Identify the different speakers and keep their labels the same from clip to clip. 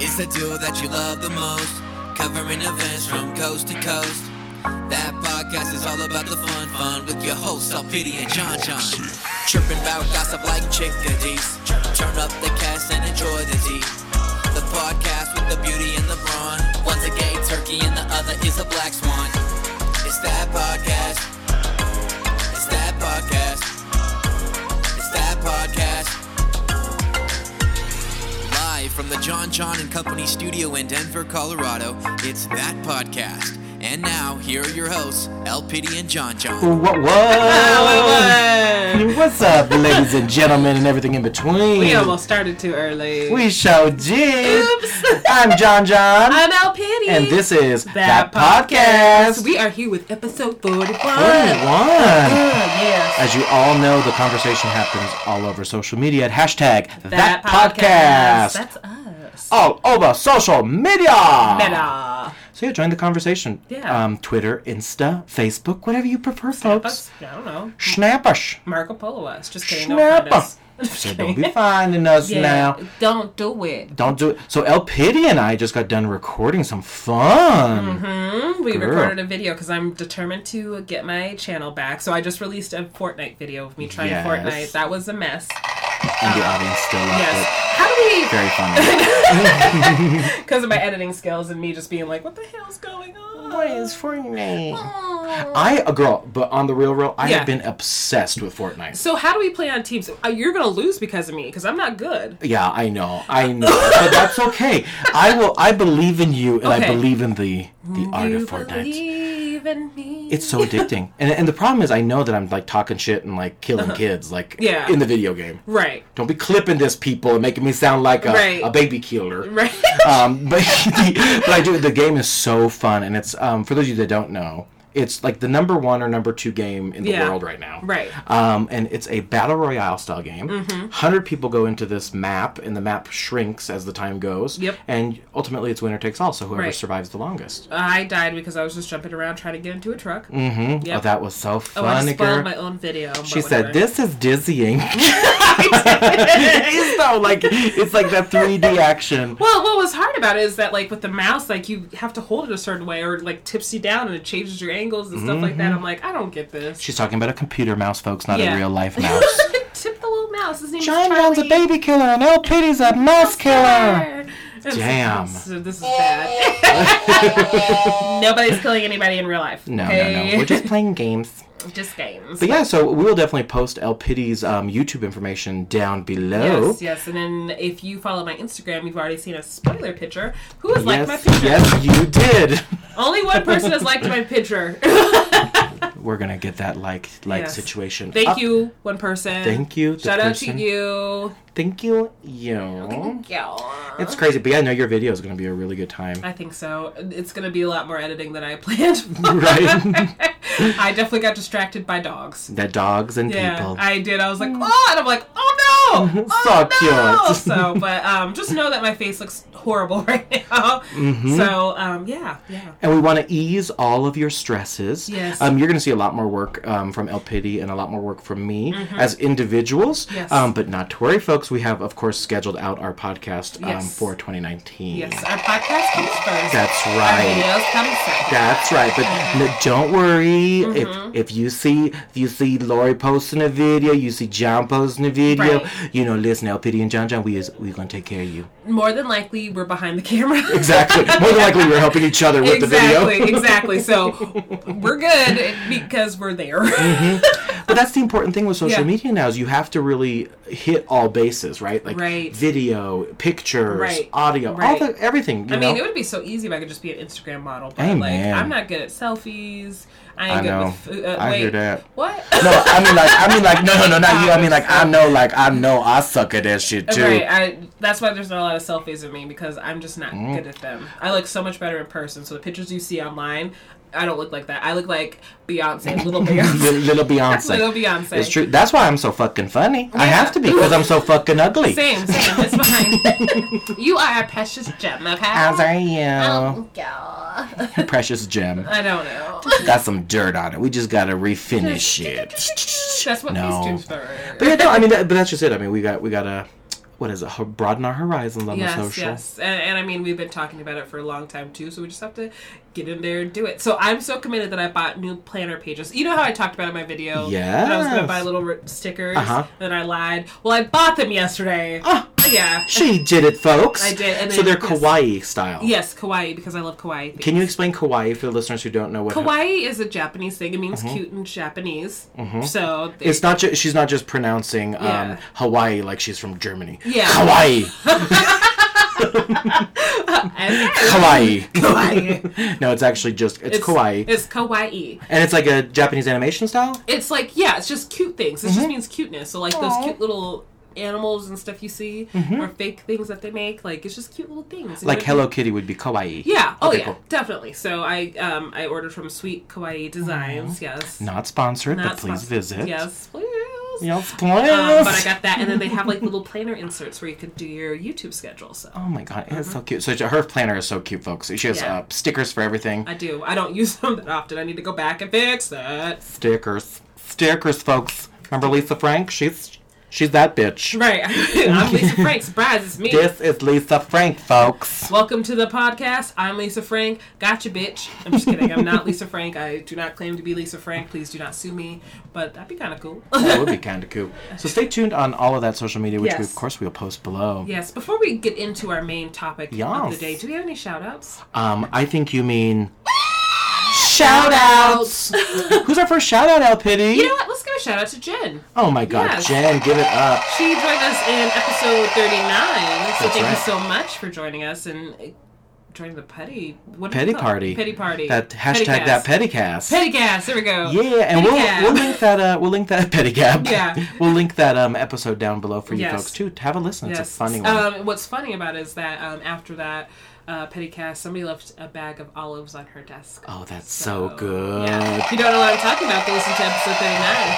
Speaker 1: It's the duo that you love the most, covering events from coast to coast. That podcast is all about the fun, fun with your hosts, Alpidi and John John. Chirping about gossip like chickadees. Turn up the cast and enjoy the tea. The podcast with the beauty and the brawn. One's a gay turkey and the other is a black swan. It's that podcast. It's that podcast. It's that podcast. Live from the John John and Company studio in Denver, Colorado, it's that podcast. And now, here are your hosts, El Pity and John John.
Speaker 2: What, Oh,
Speaker 3: Oh.
Speaker 2: what? What's up, ladies and gentlemen, and everything in between?
Speaker 3: We almost started too early.
Speaker 2: We show did. I'm John John,
Speaker 3: I'm Al Pity.
Speaker 2: and this is that, podcast.
Speaker 3: We are here with episode 41.
Speaker 2: 41.
Speaker 3: yes.
Speaker 2: As you all know, the conversation happens all over social media at hashtag that, podcast.
Speaker 3: That's us. uh,
Speaker 2: All over social media.
Speaker 3: Meta.
Speaker 2: So yeah, join the conversation.
Speaker 3: Yeah.
Speaker 2: Um, Twitter, Insta, Facebook, whatever you prefer, folks.
Speaker 3: That's, I don't know.
Speaker 2: Snap us.
Speaker 3: Marco Polo us. Just kidding.
Speaker 2: Snap
Speaker 3: Don't find
Speaker 2: us.
Speaker 3: us.
Speaker 2: So don't be finding us
Speaker 3: Yeah,
Speaker 2: now.
Speaker 3: Don't do it.
Speaker 2: Don't do it. So El Pity and I just got done recording some fun.
Speaker 3: Mm, we
Speaker 2: Girl.
Speaker 3: recorded a video because I'm determined to get my channel back. So I just released a Fortnite video of me trying
Speaker 2: Yes.
Speaker 3: Fortnite. That was a mess.
Speaker 2: And the audience still loved
Speaker 3: Yes.
Speaker 2: it.
Speaker 3: How do we
Speaker 2: Very funny.
Speaker 3: because of my editing skills and me just being like, "What the hell's going on?"
Speaker 2: is Fortnite? I a girl, but on the real real, I
Speaker 3: Yeah.
Speaker 2: have been obsessed with Fortnite.
Speaker 3: So how do we play on teams? Uh, You're gonna lose because of me because I'm not good.
Speaker 2: Yeah, I know, I know, but that's okay. I will. I believe in you, and I
Speaker 3: Okay.
Speaker 2: believe in the the art
Speaker 3: you
Speaker 2: of Fortnite.
Speaker 3: believe in me.
Speaker 2: It's so addicting, and and the problem is, I know that I'm like talking shit and like killing kids, like
Speaker 3: Uh-huh. Yeah.
Speaker 2: in the video game.
Speaker 3: right,
Speaker 2: Don't be clipping this people and making me sound like a,
Speaker 3: Right. Mm-hmm.
Speaker 2: a baby killer.
Speaker 3: right.
Speaker 2: Um, but, but I do. The game is so fun, and it's um, for those of you that don't know, it's like the number one or number two game in the
Speaker 3: Yeah.
Speaker 2: world right now.
Speaker 3: Right. Mm-hmm.
Speaker 2: Um, and it's a battle royale style game. Hundred people go into this map, and the map shrinks as the time goes.
Speaker 3: Yep.
Speaker 2: And ultimately, it's winner takes all. So whoever
Speaker 3: Right.
Speaker 2: survives the longest.
Speaker 3: I died because I was just jumping around trying to get into a truck.
Speaker 2: Mm-hmm.
Speaker 3: Yep.
Speaker 2: Oh, that was so fun.
Speaker 3: Oh, I just
Speaker 2: girl.
Speaker 3: spoiled my own video. but
Speaker 2: She said,
Speaker 3: whatever.
Speaker 2: "This is dizzying." it is though. Like it's like that 3D action.
Speaker 3: Well, what was hard about it is that, like, with the mouse, like, you have to hold it a certain way or, like, tips you down and it changes your angles and stuff like that. I'm like, I don't get this.
Speaker 2: Mm-hmm. She's talking about a computer mouse, folks, not
Speaker 3: Yeah.
Speaker 2: a real life mouse.
Speaker 3: Tip the little mouse. His name
Speaker 2: John
Speaker 3: is
Speaker 2: John's
Speaker 3: Charlie.
Speaker 2: a baby killer and El Pity's a mouse killer. Damn.
Speaker 3: So this is bad. Nobody's killing anybody in real life.
Speaker 2: No, no,
Speaker 3: okay?
Speaker 2: no. We're just playing games.
Speaker 3: Just games.
Speaker 2: But yeah, so we will definitely post El Pity's um, YouTube information down below.
Speaker 3: Yes, yes. And then if you follow my Instagram, you've already seen a spoiler picture. Who has liked my
Speaker 2: Yes,
Speaker 3: picture?
Speaker 2: yes, you did.
Speaker 3: Only one person has liked my picture.
Speaker 2: We're gonna get that like like
Speaker 3: Yes.
Speaker 2: situation.
Speaker 3: Thank
Speaker 2: up.
Speaker 3: you, one person.
Speaker 2: Thank you. the
Speaker 3: Shout out
Speaker 2: person.
Speaker 3: to you.
Speaker 2: Thank you. You.
Speaker 3: Thank you.
Speaker 2: It's crazy, but yeah, I know your video is gonna be a really good time.
Speaker 3: I think so. It's going to be a lot more editing than I planned.
Speaker 2: right?
Speaker 3: I definitely got distracted by dogs.
Speaker 2: the dogs and
Speaker 3: Yeah,
Speaker 2: people.
Speaker 3: I did. I was like, oh, and I'm like, oh no, oh,
Speaker 2: So
Speaker 3: no!
Speaker 2: cute.
Speaker 3: So, but um, just know that my face looks horrible right now.
Speaker 2: Mm-hmm.
Speaker 3: So, um, yeah, yeah,
Speaker 2: and we want to ease all of your stresses.
Speaker 3: Yes.
Speaker 2: Um, you're going to see a lot more work um, from El Pity and a lot more work from me as individuals.
Speaker 3: Mm-hmm. Yes.
Speaker 2: Um, but not to worry, folks. We have, of course, scheduled out our podcast um,
Speaker 3: Yes.
Speaker 2: for 2019.
Speaker 3: yes. Our podcast comes first.
Speaker 2: That's
Speaker 3: Our
Speaker 2: right.
Speaker 3: videos come second.
Speaker 2: That's right, but
Speaker 3: Mm-hmm.
Speaker 2: no, don't worry. If if you see if you see Lori posting a video, you see John posting a video,
Speaker 3: Right.
Speaker 2: you know, listen, El Pity and John John, we is we gonna take care of you.
Speaker 3: More than likely, we're behind the camera.
Speaker 2: Exactly. More than likely, we're helping each other with the video.
Speaker 3: exactly, exactly. So we're good because we're there.
Speaker 2: But that's the important thing with social
Speaker 3: Yeah.
Speaker 2: media now is you have to really hit all bases, right? Like
Speaker 3: Right.
Speaker 2: video, pictures,
Speaker 3: Right.
Speaker 2: audio,
Speaker 3: Right.
Speaker 2: all the everything. You
Speaker 3: I mean,
Speaker 2: know?
Speaker 3: it would be so easy if I could just be an Instagram model, but
Speaker 2: Hey,
Speaker 3: like,
Speaker 2: man.
Speaker 3: I'm not good at selfies. I ain't
Speaker 2: I
Speaker 3: good
Speaker 2: know.
Speaker 3: with food. Uh,
Speaker 2: I
Speaker 3: wait,
Speaker 2: hear that.
Speaker 3: What?
Speaker 2: no, I mean like I mean like no no no not you. I mean like I know like I know I suck at that shit too.
Speaker 3: Right, I, that's why there's not a lot of selfies of me because I'm just not
Speaker 2: Mm.
Speaker 3: good at them. I look so much better in person. So the pictures you see online, I don't look like that. I look like Beyonce, little
Speaker 2: Little,
Speaker 3: Beyonce,
Speaker 2: little Beyonce.
Speaker 3: little Beyonce.
Speaker 2: It's true. That's why I'm so fucking funny. I
Speaker 3: Yeah.
Speaker 2: have to be because I'm so fucking ugly.
Speaker 3: Same, same. It's fine. you are a precious gem, okay?
Speaker 2: How's are you?
Speaker 3: Oh. Girl.
Speaker 2: Precious gem.
Speaker 3: I don't know.
Speaker 2: Got some dirt on it. We just gotta refinish it.
Speaker 3: That's what
Speaker 2: No.
Speaker 3: these two are.
Speaker 2: But yeah, no, I mean, that, but that's just it. I mean, we got we gotta what is it? Ho- Broaden our horizons on
Speaker 3: yes,
Speaker 2: the social.
Speaker 3: yes. And, and I mean, we've been talking about it for a long time too, so we just have to get in there and do it. So I'm so committed that I bought new planner pages. You know how I talked about in my video? that I was going to
Speaker 2: Yes.
Speaker 3: buy little r- stickers,
Speaker 2: Uh-huh.
Speaker 3: then I lied. Well, I bought them yesterday.
Speaker 2: Ah,
Speaker 3: Yeah.
Speaker 2: she did it, folks.
Speaker 3: I did, and
Speaker 2: so
Speaker 3: then-
Speaker 2: they're
Speaker 3: yes.
Speaker 2: kawaii style.
Speaker 3: Yes, kawaii, because I love kawaii. things.
Speaker 2: Can you explain kawaii for the listeners who don't know what
Speaker 3: Kawaii is a Japanese thing. It means cute in Japanese. So they-
Speaker 2: Mm-hmm. It's not. Ju- she's not just pronouncing um,
Speaker 3: Yeah.
Speaker 2: Hawaii like she's from Germany.
Speaker 3: Yeah.
Speaker 2: Hawaii,
Speaker 3: and-
Speaker 2: Hawaii.
Speaker 3: kawaii.
Speaker 2: no, it's actually just it's, kawaii,
Speaker 3: It's kawaii.
Speaker 2: and it's like a Japanese animation style.
Speaker 3: It's like yeah, it's just cute things. It
Speaker 2: Mm-hmm.
Speaker 3: just means cuteness. So like those cute little animals and stuff you see or fake things that they make. Like it's just cute little things. And
Speaker 2: Mm-hmm. Like
Speaker 3: you-
Speaker 2: Hello Kitty would be kawaii.
Speaker 3: Yeah. Oh
Speaker 2: Okay,
Speaker 3: yeah.
Speaker 2: cool.
Speaker 3: Definitely. So I um I ordered from Sweet Kawaii Designs. Yes.
Speaker 2: Not sponsored,
Speaker 3: Not
Speaker 2: but please
Speaker 3: sponsored.
Speaker 2: visit.
Speaker 3: Yes, please.
Speaker 2: Yes, please.
Speaker 3: Um, but I got that, and then they have like little planner inserts where you can do your YouTube schedule. So
Speaker 2: Oh my god, it's so cute. So her planner is so cute, folks. She has
Speaker 3: Uh-huh. Yeah.
Speaker 2: uh, stickers for everything.
Speaker 3: I do. I don't use them that often. I need to go back and fix that.
Speaker 2: Stickers, stickers, folks. Remember Lisa Frank? She's she's that bitch.
Speaker 3: Right. I'm Lisa Frank. Surprise, it's me.
Speaker 2: This is Lisa Frank, folks.
Speaker 3: Welcome to the podcast. I'm Lisa Frank. Gotcha, bitch. I'm just kidding. I'm not Lisa Frank. I do not claim to be Lisa Frank. Please do not sue me. But that'd be kind of cool.
Speaker 2: that would be kind of cool. So stay tuned on all of that social media, which we,
Speaker 3: Yes.
Speaker 2: of course we'll post below.
Speaker 3: yes. Before we get into our main topic of
Speaker 2: Yes.
Speaker 3: the day, do we have any shout outs?
Speaker 2: Um, I think you mean shout outs. Who's our first shout out, El Pity?
Speaker 3: You know what? Let's give a shout out to Jen.
Speaker 2: Oh my god,
Speaker 3: Yes.
Speaker 2: Jen, give it up.
Speaker 3: She joined us in episode 39. So thank you
Speaker 2: right.
Speaker 3: so much for joining us and uh, joining the petty what do we
Speaker 2: Petty
Speaker 3: call it?
Speaker 2: party.
Speaker 3: Petty party.
Speaker 2: That hashtag
Speaker 3: Pettycast.
Speaker 2: that pettycast.
Speaker 3: Petty gas. There we go.
Speaker 2: yeah, and
Speaker 3: Petty
Speaker 2: we'll,
Speaker 3: cab.
Speaker 2: we'll link that uh, we'll link that pedicab.
Speaker 3: Yeah.
Speaker 2: we'll link that um episode down below for you
Speaker 3: Yes.
Speaker 2: folks too. Have a listen. It's a
Speaker 3: Yes.
Speaker 2: funny one.
Speaker 3: Um, what's funny about it is that um, after that uh, petty cast, somebody left a bag of olives on her desk.
Speaker 2: oh, that's so,
Speaker 3: So,
Speaker 2: good.
Speaker 3: Yeah. If you don't know what I'm talking about, go listen to episode 39.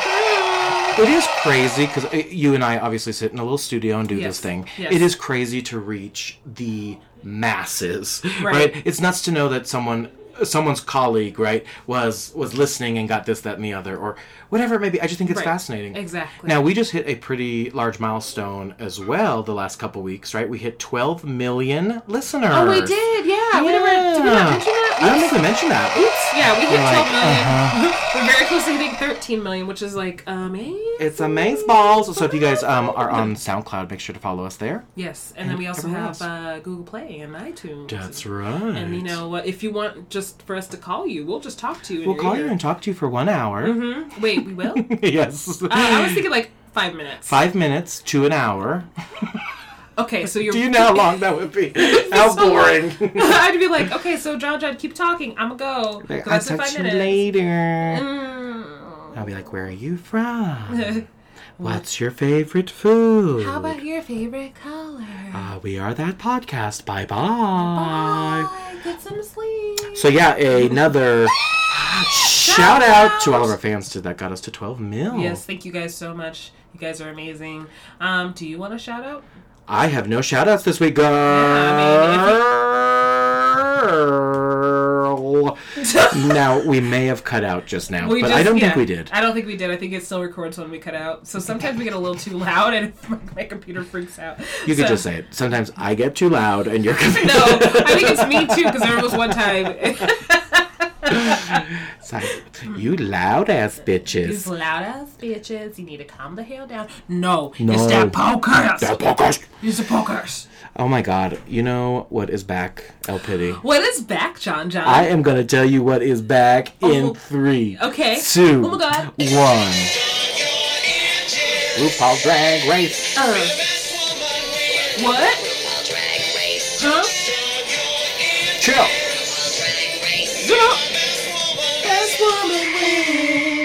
Speaker 2: It is crazy because you and I obviously sit in a little studio and do
Speaker 3: Yes.
Speaker 2: this thing.
Speaker 3: Yes.
Speaker 2: It is crazy to reach the masses,
Speaker 3: Right.
Speaker 2: right. It's nuts to know that someone, someone's colleague, right, was was listening and got this, that, and the other, or whatever it may be. I just think it's
Speaker 3: Right.
Speaker 2: fascinating.
Speaker 3: Exactly.
Speaker 2: Now we just hit a pretty large milestone as well the last couple weeks, right? We hit 12 million listeners.
Speaker 3: oh, we did. Yeah. We never, did we not
Speaker 2: Yeah.
Speaker 3: mention that?
Speaker 2: I don't think we mentioned that.
Speaker 3: Oops. Yeah, we hit
Speaker 2: We're like, uh-huh.
Speaker 3: 12 million. We're very close to hitting 13 million, which is like amazing.
Speaker 2: It's amazing balls. So if you guys um, are on SoundCloud, make sure to follow us there.
Speaker 3: Yes, and then we also
Speaker 2: everywhere
Speaker 3: have uh, Google Play and iTunes.
Speaker 2: That's
Speaker 3: and,
Speaker 2: right.
Speaker 3: And you know, what, if you want just for us to call you, we'll just talk to you. in
Speaker 2: We'll
Speaker 3: your
Speaker 2: call
Speaker 3: ear.
Speaker 2: you and talk to you for one hour.
Speaker 3: Mhm. Wait, we will. uh,
Speaker 2: yes.
Speaker 3: I was thinking like five minutes.
Speaker 2: Five minutes to an hour.
Speaker 3: Okay, so you're.
Speaker 2: Do you know how long that would be? how
Speaker 3: so
Speaker 2: boring.
Speaker 3: I'd be like, okay, so John, John, keep talking. I'm gonna go. 'Cause
Speaker 2: I'll
Speaker 3: that's in
Speaker 2: text you
Speaker 3: five minutes.
Speaker 2: later.
Speaker 3: Mm.
Speaker 2: I'll be like, where are you from? What's your favorite food?
Speaker 3: How about your favorite color?
Speaker 2: uh, we are that podcast. Bye bye.
Speaker 3: Bye. Get some sleep.
Speaker 2: So yeah, another shout out to all of our fans too that got us to twelve mil.
Speaker 3: Yes, thank you guys so much. You guys are amazing. Um, do you want a shout out?
Speaker 2: I have no shout outs this week, girl. now, we may have cut out just now, but I
Speaker 3: just-
Speaker 2: don't
Speaker 3: yeah.
Speaker 2: think we did.
Speaker 3: I don't think we did. I think it still records when we cut out. So sometimes we get a little too loud, and my computer freaks out.
Speaker 2: You could
Speaker 3: So-
Speaker 2: just say it. Sometimes I get too loud and you're.
Speaker 3: No, I think it's me too because there was one time
Speaker 2: It's like, you loud ass
Speaker 3: these
Speaker 2: bitches.
Speaker 3: loud ass bitches. You need to calm the hell down. No,
Speaker 2: No.
Speaker 3: it's that podcast.
Speaker 2: That podcast.
Speaker 3: It's the podcast.
Speaker 2: Oh my god. You know what is back, El Pity?
Speaker 3: What is back, John? John.
Speaker 2: I am going to tell you what is back
Speaker 3: Oh.
Speaker 2: in three,
Speaker 3: okay.
Speaker 2: two,
Speaker 3: Oh my god.
Speaker 2: one. RuPaul Drag Race.
Speaker 3: Uh, what? Huh?
Speaker 2: Chill.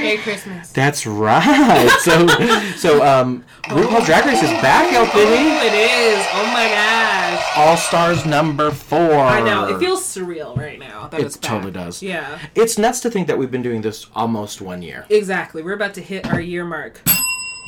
Speaker 3: Merry Christmas.
Speaker 2: That's right. So, so um, RuPaul Drag Race is back, El Pity.
Speaker 3: It is. Oh my gosh.
Speaker 2: All Stars number four.
Speaker 3: I know. It feels surreal right now. That
Speaker 2: It
Speaker 3: it's back.
Speaker 2: totally does.
Speaker 3: Yeah.
Speaker 2: It's nuts to think that we've been doing this almost one year.
Speaker 3: Exactly. We're about to hit our year mark.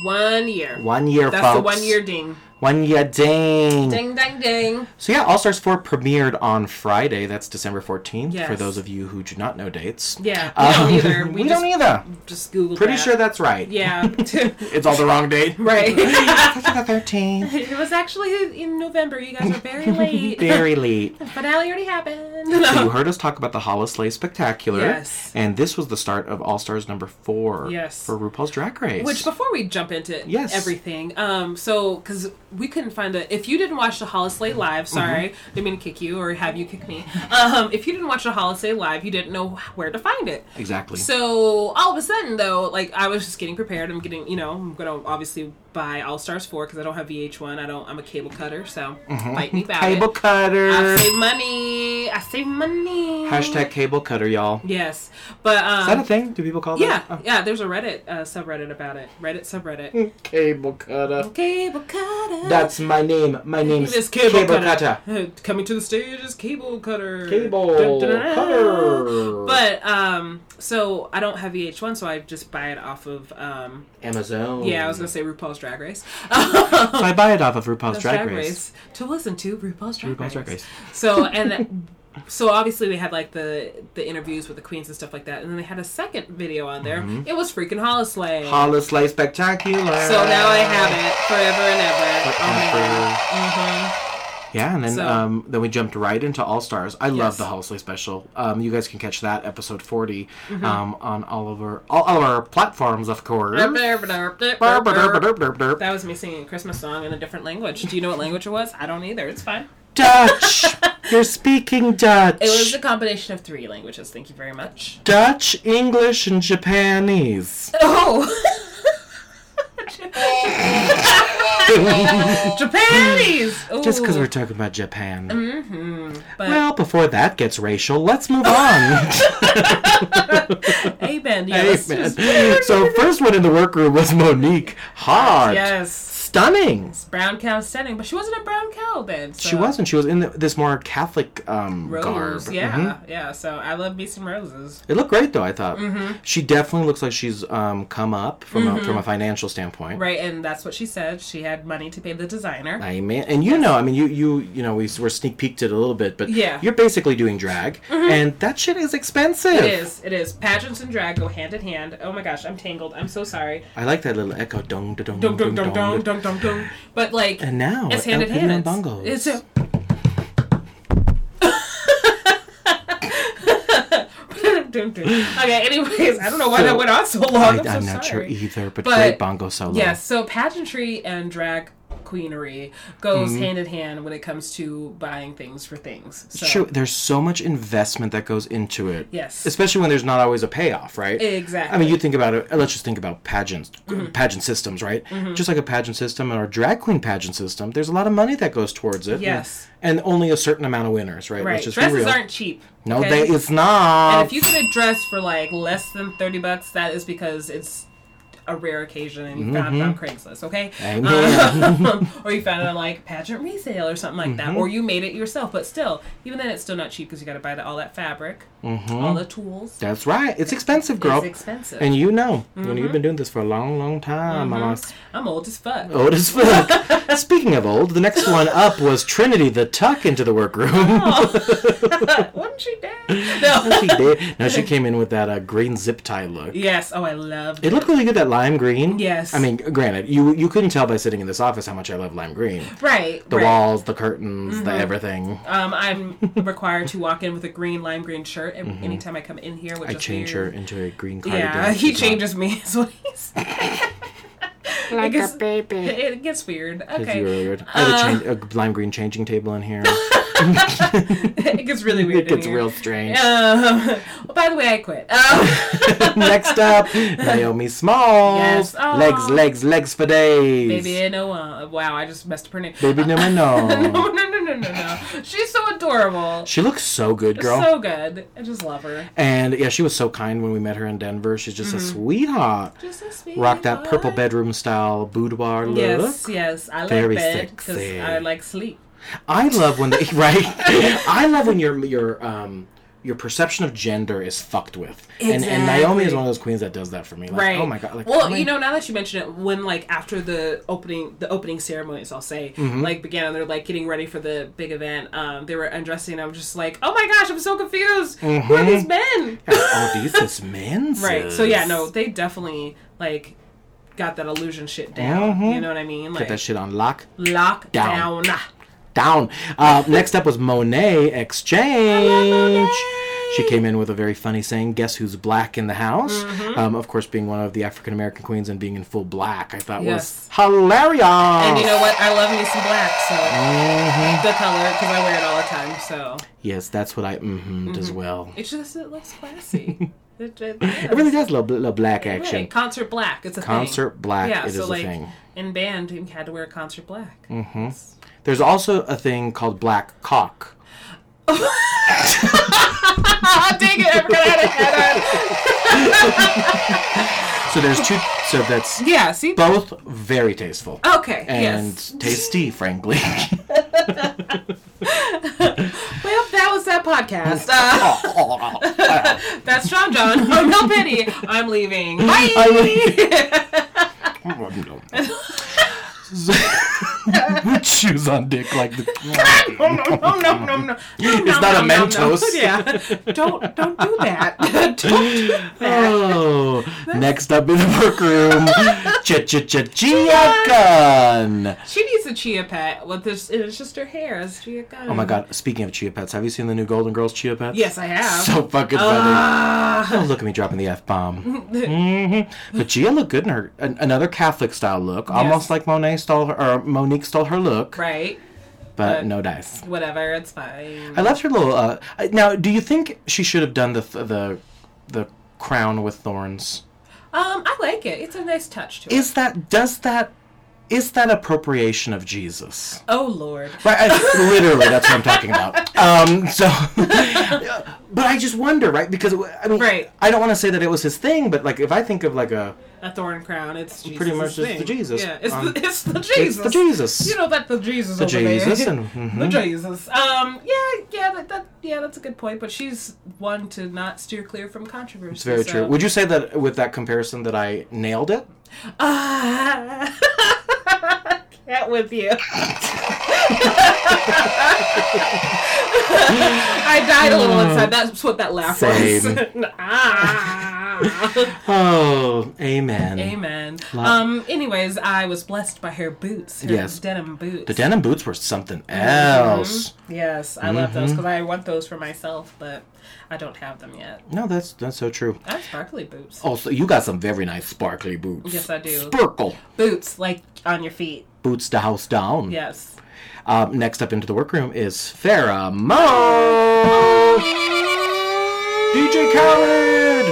Speaker 3: One year.
Speaker 2: One year,
Speaker 3: That's
Speaker 2: folks.
Speaker 3: the one year ding.
Speaker 2: Wanya Dang.
Speaker 3: Ding, dang, ding.
Speaker 2: So yeah, All Stars 4 premiered on Friday. That's December 14th for
Speaker 3: Yes.
Speaker 2: those of you who do not know dates.
Speaker 3: Yeah, we don't
Speaker 2: Um,
Speaker 3: either. We,
Speaker 2: we
Speaker 3: just,
Speaker 2: don't either.
Speaker 3: just Googled
Speaker 2: Pretty
Speaker 3: that.
Speaker 2: sure that's right.
Speaker 3: Yeah.
Speaker 2: It's all the wrong date.
Speaker 3: right.
Speaker 2: September 13th.
Speaker 3: it was actually in November. You guys are very late.
Speaker 2: Very late.
Speaker 3: Finale already happened.
Speaker 2: So you heard us talk about the Hollow Slay Spectacular.
Speaker 3: Yes.
Speaker 2: And this was the start of All Stars number four.
Speaker 3: Yes.
Speaker 2: For RuPaul's Drag Race.
Speaker 3: Which before we jump into
Speaker 2: Yes.
Speaker 3: everything, um, so because we couldn't find a, if you didn't watch the Holislay live,
Speaker 2: Mm-hmm.
Speaker 3: sorry, didn't mean to kick you or have you kick me. Um, if you didn't watch the Holislay live, you didn't know where to find it.
Speaker 2: Exactly.
Speaker 3: So all of a sudden, though, like I was just getting prepared. I'm getting, you know, I'm gonna obviously buy All Stars four because I don't have VH1. I don't. I'm a cable cutter, so fight me back.
Speaker 2: Mm-hmm. cable cutter.
Speaker 3: I save money. I save money.
Speaker 2: Hashtag cable cutter, y'all.
Speaker 3: Yes, but um,
Speaker 2: Is that a thing? Do people call
Speaker 3: yeah,
Speaker 2: that?
Speaker 3: yeah. There's a Reddit uh, subreddit about it. Reddit subreddit.
Speaker 2: Oh. Cable cutter.
Speaker 3: Cable cutter.
Speaker 2: That's my name. My name's
Speaker 3: Miss
Speaker 2: Cable,
Speaker 3: Cable,
Speaker 2: Cutter.
Speaker 3: cutter. Uh, Coming to the stage is Cable Cutter.
Speaker 2: Cable
Speaker 3: Dun-dun-dun.
Speaker 2: Cutter.
Speaker 3: But um, so I don't have VH1, so I just buy it off of um.
Speaker 2: Amazon.
Speaker 3: Yeah, I was gonna say RuPaul's Drag Race.
Speaker 2: So I buy it off of RuPaul's Drag, Race.
Speaker 3: to listen to RuPaul's Drag,
Speaker 2: RuPaul's
Speaker 3: Race.
Speaker 2: Drag Race.
Speaker 3: So and so obviously we had like the the interviews with the queens and stuff like that, and then they had a second video on there.
Speaker 2: Mm-hmm.
Speaker 3: It was freaking Holoslay.
Speaker 2: Hollow Slay Spectacular.
Speaker 3: so now I have it forever and ever. Oh, man. Mm-hmm.
Speaker 2: Yeah, and then
Speaker 3: So-
Speaker 2: um, then we jumped right into All Stars. I love
Speaker 3: Yes.
Speaker 2: the Holiday special. Um, you guys can catch that episode 40
Speaker 3: Mm-hmm.
Speaker 2: um, on all of our all, all of our platforms, of course.
Speaker 3: That
Speaker 2: Dutch.
Speaker 3: was me singing a Christmas song in a different language. Do you know what language it was? I don't either. It's fine.
Speaker 2: You're speaking Dutch.
Speaker 3: It was a combination of three languages. Thank you very much.
Speaker 2: Dutch, English, and Japanese.
Speaker 3: Oh. Japanese.
Speaker 2: Just because
Speaker 3: Ooh.
Speaker 2: we're talking about Japan.
Speaker 3: Mm-hmm, But
Speaker 2: Well, before that gets racial, let's move on.
Speaker 3: amen. Yes.
Speaker 2: Amen. So first one in the workroom was Monique Hart.
Speaker 3: yes.
Speaker 2: Stunning.
Speaker 3: Brown cow setting, but she wasn't a brown cow then. So.
Speaker 2: She wasn't. She was in the, this more Catholic um,
Speaker 3: Rose.
Speaker 2: garb.
Speaker 3: Yeah.
Speaker 2: Mhm.
Speaker 3: Yeah. So I love me some roses.
Speaker 2: It looked great though. I thought
Speaker 3: Mm-hmm.
Speaker 2: she definitely looks like she's um, come up from a, from a financial standpoint.
Speaker 3: Right. And that's what she said. She had money to pay the designer.
Speaker 2: I mean, and you know, I mean, you you you know, we s- were sneak peeked it a little bit, but
Speaker 3: Yeah. Mm-hmm.
Speaker 2: you're basically doing drag, and that shit is expensive.
Speaker 3: It is. It is. Pageants and drag go hand in hand. Oh my gosh, I'm tangled. I'm so sorry.
Speaker 2: I like that little echo. Dong da, dong
Speaker 3: Dum dum dum
Speaker 2: dong
Speaker 3: dum
Speaker 2: dong.
Speaker 3: dum dum dum. But like,
Speaker 2: And now
Speaker 3: it's hand in
Speaker 2: El Pino
Speaker 3: hand.
Speaker 2: and
Speaker 3: It's-
Speaker 2: Bongos.
Speaker 3: It's a. okay. Anyways, I don't know why
Speaker 2: So,
Speaker 3: that went on so long.
Speaker 2: I, am
Speaker 3: I, am so
Speaker 2: not
Speaker 3: sorry.
Speaker 2: sure either, but,
Speaker 3: But-
Speaker 2: great bongo solo.
Speaker 3: Yes, so pageantry and drag queenery goes
Speaker 2: Mm-hmm.
Speaker 3: hand in hand when it comes to buying things for things. So,
Speaker 2: Sure, there's so much investment that goes into it.
Speaker 3: Yes.
Speaker 2: Especially when there's not always a payoff, right?
Speaker 3: Exactly. Mm-hmm.
Speaker 2: I mean, you think about it. Let's just think about pageants, pageant systems, right? Just like a pageant system or a drag queen pageant system, there's a lot of money that goes towards it.
Speaker 3: Yes.
Speaker 2: And only a certain amount of winners, right?
Speaker 3: right.
Speaker 2: Let's just be
Speaker 3: Dresses
Speaker 2: real.
Speaker 3: aren't cheap.
Speaker 2: No,
Speaker 3: okay?
Speaker 2: they, it's not.
Speaker 3: And if you get a dress for like less than 30 bucks, that is because it's a rare occasion and you found it on Craigslist, okay?
Speaker 2: Mm-hmm. Amen.
Speaker 3: Um, or you found it on like pageant resale or something like
Speaker 2: Mm-hmm.
Speaker 3: that. Or you made it yourself, but still, even then, it's still not cheap because you got to buy the, all that fabric,
Speaker 2: Mm-hmm.
Speaker 3: all the tools.
Speaker 2: That's right. It's expensive, girl.
Speaker 3: It's expensive. Mm-hmm.
Speaker 2: And you know, you know, you've been doing this for a long, long time. my lost
Speaker 3: I'm old as fuck.
Speaker 2: Old as fuck. Speaking of old, the next one up was Trinity the Tuck into the
Speaker 3: Oh,
Speaker 2: workroom.
Speaker 3: Wasn't she dead? No.
Speaker 2: she did. No, she came in with that uh, green zip tie look.
Speaker 3: Yes. Oh, I love
Speaker 2: It looked really good, that lime green.
Speaker 3: Yes.
Speaker 2: I mean, granted, you you couldn't tell by sitting in this office how much I love lime green.
Speaker 3: Right.
Speaker 2: The
Speaker 3: right.
Speaker 2: walls, the curtains, the everything.
Speaker 3: Um, I'm required to walk in with a green lime green shirt every, anytime I come in here, which
Speaker 2: Mm-hmm. I
Speaker 3: is
Speaker 2: change her
Speaker 3: weird.
Speaker 2: into a green cardigan.
Speaker 3: Yeah, he
Speaker 2: She's not-
Speaker 3: changes me. Is what he's like a baby. It gets weird.
Speaker 2: It's
Speaker 3: Okay, Uh,
Speaker 2: really weird. I have a, change, a lime green changing table in here.
Speaker 3: it gets really weird.
Speaker 2: it gets
Speaker 3: in here.
Speaker 2: real strange.
Speaker 3: Um, well, by the way, I quit. Um,
Speaker 2: Next up, Naomi Smalls.
Speaker 3: Yes. Aw.
Speaker 2: Legs, legs, legs for days.
Speaker 3: baby, no. Uh, wow, I just messed up her name.
Speaker 2: Baby no,
Speaker 3: No,
Speaker 2: no.
Speaker 3: no, no, no, no, no. She's so adorable.
Speaker 2: She looks so good, girl.
Speaker 3: So good. I just love her.
Speaker 2: and yeah, she was so kind when we met her in Denver. She's just
Speaker 3: Mm-hmm.
Speaker 2: a sweetheart.
Speaker 3: Just so sweet.
Speaker 2: rock that purple
Speaker 3: bud.
Speaker 2: bedroom style boudoir look.
Speaker 3: Yes, yes. I like
Speaker 2: Very
Speaker 3: bed because
Speaker 2: sexy.
Speaker 3: I like sleep.
Speaker 2: I love when they right. I love when your your um your perception of gender is fucked with. And, and Naomi is one of those queens that does that for me. Like,
Speaker 3: right.
Speaker 2: Oh my god. Like,
Speaker 3: well,
Speaker 2: oh my-
Speaker 3: you know, now that you mention it, when like after the opening, the opening ceremonies, I'll say,
Speaker 2: Mm-hmm.
Speaker 3: like began, and they're like getting ready for the big event. Um, they were undressing. and I'm just like, oh my gosh, I'm so confused.
Speaker 2: Mm-hmm.
Speaker 3: Who are these men?
Speaker 2: oh, these is men.
Speaker 3: right. So yeah, no, they definitely like got that illusion shit down.
Speaker 2: Mhm.
Speaker 3: You know what I mean?
Speaker 2: Put
Speaker 3: Like
Speaker 2: that shit on lock
Speaker 3: lock
Speaker 2: down.
Speaker 3: down.
Speaker 2: down. Uh, next up was Monet Exchange. She came in with a very funny saying, "Guess who's black in the house?"
Speaker 3: Mm-hmm.
Speaker 2: Um, of course, being one of the African American queens and being in full black, I thought was
Speaker 3: Yes.
Speaker 2: hilarious.
Speaker 3: And you know what? I love me some black. So
Speaker 2: Mm-hmm.
Speaker 3: the color because I wear it all the time. So
Speaker 2: yes, that's what I mm-hmm, as well.
Speaker 3: it's just it looks classy. it, it,
Speaker 2: It really does love little black
Speaker 3: Right,
Speaker 2: action.
Speaker 3: Concert black. It's a
Speaker 2: Concert
Speaker 3: thing.
Speaker 2: black,
Speaker 3: Yeah,
Speaker 2: it
Speaker 3: so
Speaker 2: is a
Speaker 3: like
Speaker 2: thing. Mm-hmm.
Speaker 3: in band, you had to wear concert black.
Speaker 2: There's also a thing called black cock.
Speaker 3: Ah, dang it! I forgot I had a head
Speaker 2: So there's two. So that's
Speaker 3: on. Yeah, see.
Speaker 2: both very tasteful
Speaker 3: okay.
Speaker 2: and
Speaker 3: Oh, yes.
Speaker 2: tasty, frankly.
Speaker 3: Well, that was that podcast. Uh, that's Strong John. I'm no pity. I'm leaving.
Speaker 2: Oh,
Speaker 3: Bye.
Speaker 2: Chews on dick like the.
Speaker 3: Oh, no, no, no, no, no. It's
Speaker 2: not a Mentos.
Speaker 3: Yeah. Don't don't do that. don't do that.
Speaker 2: Oh, next up in the workroom, Ch Ch Ch Chia Gun.
Speaker 3: She needs a chia pet. Well, this it's just her hair. It's chia gun.
Speaker 2: Oh my God! Speaking of Chia Pets, have you seen the new Golden Girls Chia Pets?
Speaker 3: Yes, I have. Ah.
Speaker 2: So fucking funny. Oh, look at me dropping the f bomb. hmm But Gia looked good in her an, another Catholic style look, almost like Monet stole her, or Monique stole her look,
Speaker 3: Right.
Speaker 2: but no dice.
Speaker 3: Whatever. It's fine.
Speaker 2: I loved her little. Uh, I- now, do you think she should have done the th- the the crown with thorns?
Speaker 3: Um, I like it. It's a nice touch to it.
Speaker 2: Is that does that is that appropriation of Jesus?
Speaker 3: Oh Lord.
Speaker 2: Right, I, literally, that's what I'm talking about. Um, so, but I just wonder, right? Because I mean,
Speaker 3: Right.
Speaker 2: I don't want to say that it was his thing, but like if I think of like a
Speaker 3: A thorn crown. It's Jesus
Speaker 2: Pretty much it's the Jesus.
Speaker 3: Yeah, it's,
Speaker 2: Um,
Speaker 3: the, it's the Jesus.
Speaker 2: the Jesus.
Speaker 3: You know that the Jesus. The
Speaker 2: Jesus
Speaker 3: There.
Speaker 2: and- mhm.
Speaker 3: the Jesus. Um, yeah, yeah, that, that, yeah, that's a good point. But she's one to not steer clear from controversy.
Speaker 2: it's very
Speaker 3: so.
Speaker 2: true. Would you say that with that comparison that I nailed it?
Speaker 3: Ah. Cat with you. I died a little inside. That's what that laugh
Speaker 2: Same.
Speaker 3: was. ah.
Speaker 2: Oh, amen.
Speaker 3: Amen. Um. Anyways, I was blessed by her boots. Her
Speaker 2: Yes.
Speaker 3: Denim boots.
Speaker 2: The denim boots were something
Speaker 3: Mm-hmm.
Speaker 2: else.
Speaker 3: yes, I love those
Speaker 2: Mm-hmm.
Speaker 3: because I want those for myself, but I don't have them yet.
Speaker 2: No, that's that's so true.
Speaker 3: I have sparkly boots.
Speaker 2: Also, you got some very nice sparkly boots.
Speaker 3: Yes, I do.
Speaker 2: Sparkle
Speaker 3: Boots like on your feet.
Speaker 2: boots the house down.
Speaker 3: Yes.
Speaker 2: Um, next up into the workroom is Farah Mo. DJ Khaled.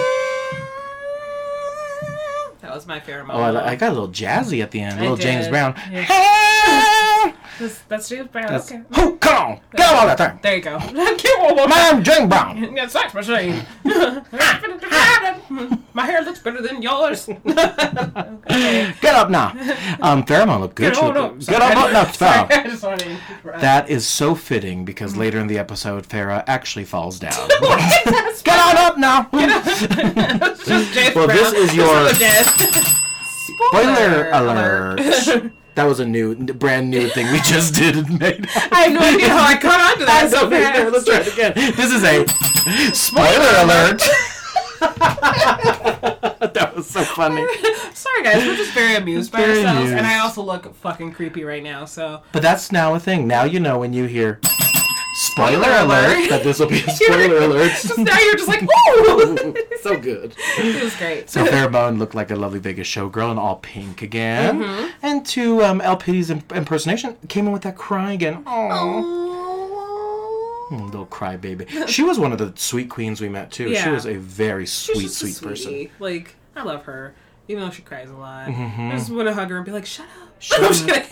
Speaker 3: That was my pheromone.
Speaker 2: Oh, I, li- I got a little jazzy at the end. A
Speaker 3: I
Speaker 2: little James
Speaker 3: did.
Speaker 2: Brown.
Speaker 3: Yeah.
Speaker 2: Hey!
Speaker 3: That's, that's James Brown.
Speaker 2: That's,
Speaker 3: okay.
Speaker 2: Who? Come on. Get all that time.
Speaker 3: There you go. Get one more.
Speaker 2: I'm James Brown.
Speaker 3: Yeah, sex machine. my hair looks better than yours.
Speaker 2: Get up now. Um, Pheromone looked good.
Speaker 3: Get on
Speaker 2: She-
Speaker 3: up.
Speaker 2: Get up, up now,
Speaker 3: Sorry, Mm.
Speaker 2: Farrah.
Speaker 3: I just wanted to interrupt.
Speaker 2: That is so fitting because later in the episode, Farah actually falls down.
Speaker 3: That's
Speaker 2: Get on up now.
Speaker 3: It's just James
Speaker 2: Well,
Speaker 3: Brown.
Speaker 2: this is your- Spoiler
Speaker 3: Spoiler
Speaker 2: alert. That was a new, brand new thing we just did and made.
Speaker 3: I have no idea how I caught on to that so fast.
Speaker 2: Let's try it again. This is a spoiler alert. that was so funny.
Speaker 3: Sorry, guys. We're just very amused by
Speaker 2: Very
Speaker 3: ourselves, and I
Speaker 2: amused.
Speaker 3: also look fucking creepy right now. So
Speaker 2: But that's now a thing. Now you know when you hear spoiler alert
Speaker 3: alert.
Speaker 2: that this will be a spoiler
Speaker 3: just
Speaker 2: alert.
Speaker 3: now you're just like, ooh,
Speaker 2: so good.
Speaker 3: it was great.
Speaker 2: So Pheromone looked like a lovely Vegas showgirl in all pink again.
Speaker 3: Mm-hmm.
Speaker 2: And to um, LP's imp- impersonation, came in with that cry again.
Speaker 3: Oh.
Speaker 2: Aww. Mm, Little crybaby. She was one of the sweet queens we met too. She
Speaker 3: Yeah.
Speaker 2: was a very
Speaker 3: She's
Speaker 2: sweet,
Speaker 3: just a
Speaker 2: sweet person.
Speaker 3: sweetie. Like I love her, even though she cries a lot.
Speaker 2: Mm-hmm.
Speaker 3: I just want to hug her and be like, shut up. I'm just kidding.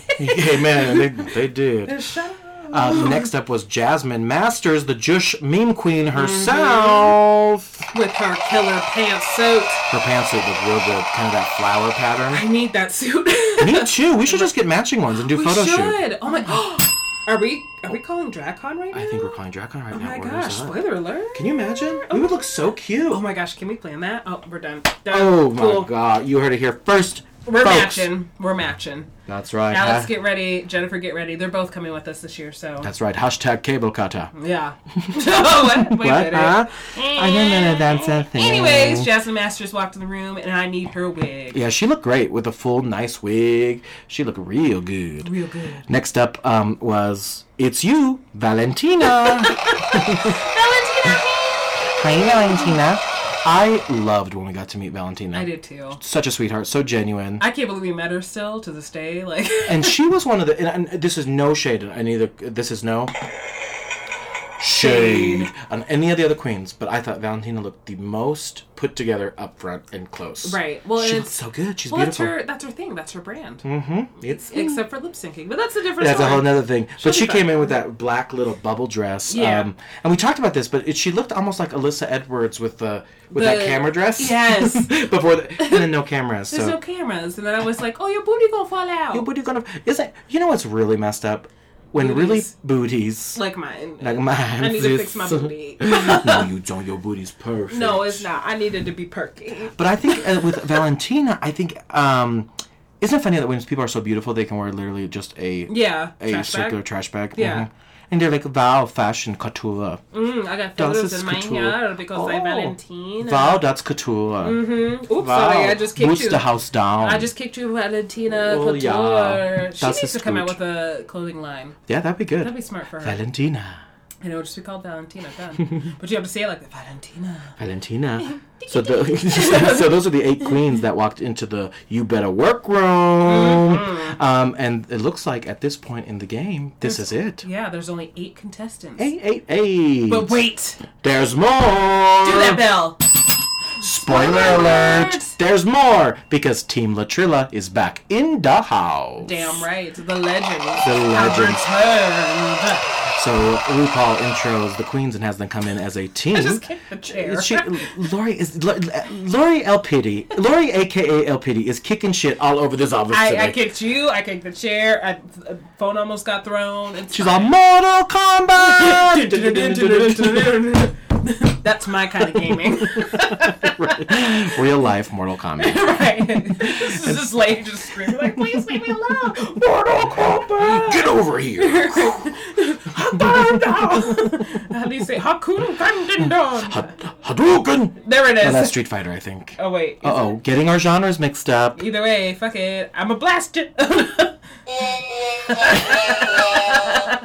Speaker 2: Yeah, man, they, they did.
Speaker 3: shut up.
Speaker 2: Uh, next up was Jasmine Masters, the Jush meme queen
Speaker 3: Mm-hmm.
Speaker 2: herself.
Speaker 3: With her killer pantsuit.
Speaker 2: Her pantsuit looked real good, kind of that flower pattern.
Speaker 3: I need that suit.
Speaker 2: Me too. We should just get matching ones and do
Speaker 3: we
Speaker 2: photo shoot.
Speaker 3: should. Oh my. Are we are we calling DragCon right now?
Speaker 2: I think we're calling Dracon right
Speaker 3: Oh
Speaker 2: now.
Speaker 3: my
Speaker 2: Orders
Speaker 3: gosh!
Speaker 2: up.
Speaker 3: Spoiler alert!
Speaker 2: Can you imagine? We would look so cute.
Speaker 3: Oh my gosh! Can we plan that? Oh, we're done. done.
Speaker 2: Oh my
Speaker 3: Cool.
Speaker 2: god, you heard it here first.
Speaker 3: We're
Speaker 2: folks.
Speaker 3: matching. We're matching.
Speaker 2: That's right.
Speaker 3: Alex,
Speaker 2: ha-
Speaker 3: get ready. Jennifer, get ready. They're both coming with us this year, so
Speaker 2: That's right. Hashtag cable cutter.
Speaker 3: yeah. Oh, what? Wait a
Speaker 2: What?
Speaker 3: minute.
Speaker 2: Huh? I don't know that that's a thing.
Speaker 3: Mm. Anyways, Jasmine Masters walked in the room, and I need her wig.
Speaker 2: Yeah, she looked great with a full, nice wig. She looked real good.
Speaker 3: Real good.
Speaker 2: Next up um, was It's You, Valentina.
Speaker 3: Valentina.
Speaker 2: Hi, Valentina. I loved when we got to meet Valentina.
Speaker 3: I did too.
Speaker 2: Such a sweetheart, so genuine.
Speaker 3: I can't believe we met her still to this day. Like,
Speaker 2: and she was one of the. And, and this is no shade on any of the. This is no shade on any of the other queens, but I thought Valentina looked the most put together up front and close.
Speaker 3: Right. Well,
Speaker 2: she
Speaker 3: and
Speaker 2: looked
Speaker 3: it's-
Speaker 2: so good. She's
Speaker 3: well, that's
Speaker 2: beautiful.
Speaker 3: her. That's her thing. That's her brand.
Speaker 2: It's
Speaker 3: Except for lip syncing, but that's a different.
Speaker 2: That's a
Speaker 3: story.
Speaker 2: whole nother thing.
Speaker 3: She'll
Speaker 2: but
Speaker 3: be
Speaker 2: she came
Speaker 3: fine.
Speaker 2: in with that black little bubble dress.
Speaker 3: Yeah.
Speaker 2: Um, and we talked about this, but it, she looked almost like Alyssa Edwards with the with that
Speaker 3: The-
Speaker 2: camera dress.
Speaker 3: Yes.
Speaker 2: Before the, and then no cameras.
Speaker 3: There's
Speaker 2: so
Speaker 3: no cameras, and then I was like, "Oh, your booty gonna fall out."
Speaker 2: Your booty gonna is that you know what's really messed up? When
Speaker 3: Booties.
Speaker 2: really booties
Speaker 3: like mine.
Speaker 2: like mine.
Speaker 3: I need to fix my
Speaker 2: sis.
Speaker 3: booty.
Speaker 2: no, you don't. Your booty's perfect.
Speaker 3: no, it's not. I needed to be perky.
Speaker 2: But I think uh, with Valentina, I think um, isn't it funny that when people are so beautiful, they can wear literally just a
Speaker 3: Yeah.
Speaker 2: a
Speaker 3: trash bag.
Speaker 2: circular trash bag.
Speaker 3: Yeah.
Speaker 2: Mhm. And they're like, wow, fashion, couture.
Speaker 3: Mm, I
Speaker 2: Dance
Speaker 3: got photos
Speaker 2: is
Speaker 3: in my
Speaker 2: couture.
Speaker 3: hair because
Speaker 2: Oh.
Speaker 3: I'm Valentina.
Speaker 2: Wow, that's couture.
Speaker 3: Oops,
Speaker 2: Wow.
Speaker 3: sorry, Mm-hmm. I just kicked
Speaker 2: Boots
Speaker 3: you.
Speaker 2: the house down.
Speaker 3: I just kicked you, Valentina
Speaker 2: Oh,
Speaker 3: Couture.
Speaker 2: yeah.
Speaker 3: She
Speaker 2: Das
Speaker 3: needs
Speaker 2: ist
Speaker 3: to come out
Speaker 2: gut.
Speaker 3: with a clothing line.
Speaker 2: yeah, that'd be good.
Speaker 3: That'd be smart for her.
Speaker 2: Valentina.
Speaker 3: I know, just be called Valentina. Done. but you have to say it like that, Valentina.
Speaker 2: Valentina. so, the, so those are the eight queens that walked into the you better work room.
Speaker 3: Mm-hmm.
Speaker 2: Um, and it looks like at this point in the game, this is it.
Speaker 3: Yeah, there's only eight contestants.
Speaker 2: Eight, eight, eight.
Speaker 3: But wait,
Speaker 2: There's more.
Speaker 3: do
Speaker 2: Oh.
Speaker 3: that bell.
Speaker 2: Spoiler alert! There's more because Team Latrilla is back in the house.
Speaker 3: Damn right, the legend.
Speaker 2: The
Speaker 3: have
Speaker 2: legends.
Speaker 3: returned.
Speaker 2: So RuPaul intros the queens and has them come in as a team.
Speaker 3: I just kicked the chair.
Speaker 2: She, Lori is Lori El Pity. Lori, aka El Pity, is kicking shit all over this office
Speaker 3: I,
Speaker 2: today.
Speaker 3: I kicked you. I kicked the chair. I, the phone almost got thrown. It's
Speaker 2: She's all Mortal Kombat.
Speaker 3: That's my kind of gaming.
Speaker 2: Real life Mortal Kombat.
Speaker 3: right. This is this lady just screaming like, please leave me alone.
Speaker 2: Mortal Kombat. Get over here.
Speaker 3: How do you say Hakun Kandindon?
Speaker 2: Hadouken.
Speaker 3: There it
Speaker 2: Oh, that's
Speaker 3: is.
Speaker 2: Street Fighter, I think.
Speaker 3: Oh wait.
Speaker 2: Uh oh, getting our genres mixed up.
Speaker 3: Either way, fuck it. I'm a blasted.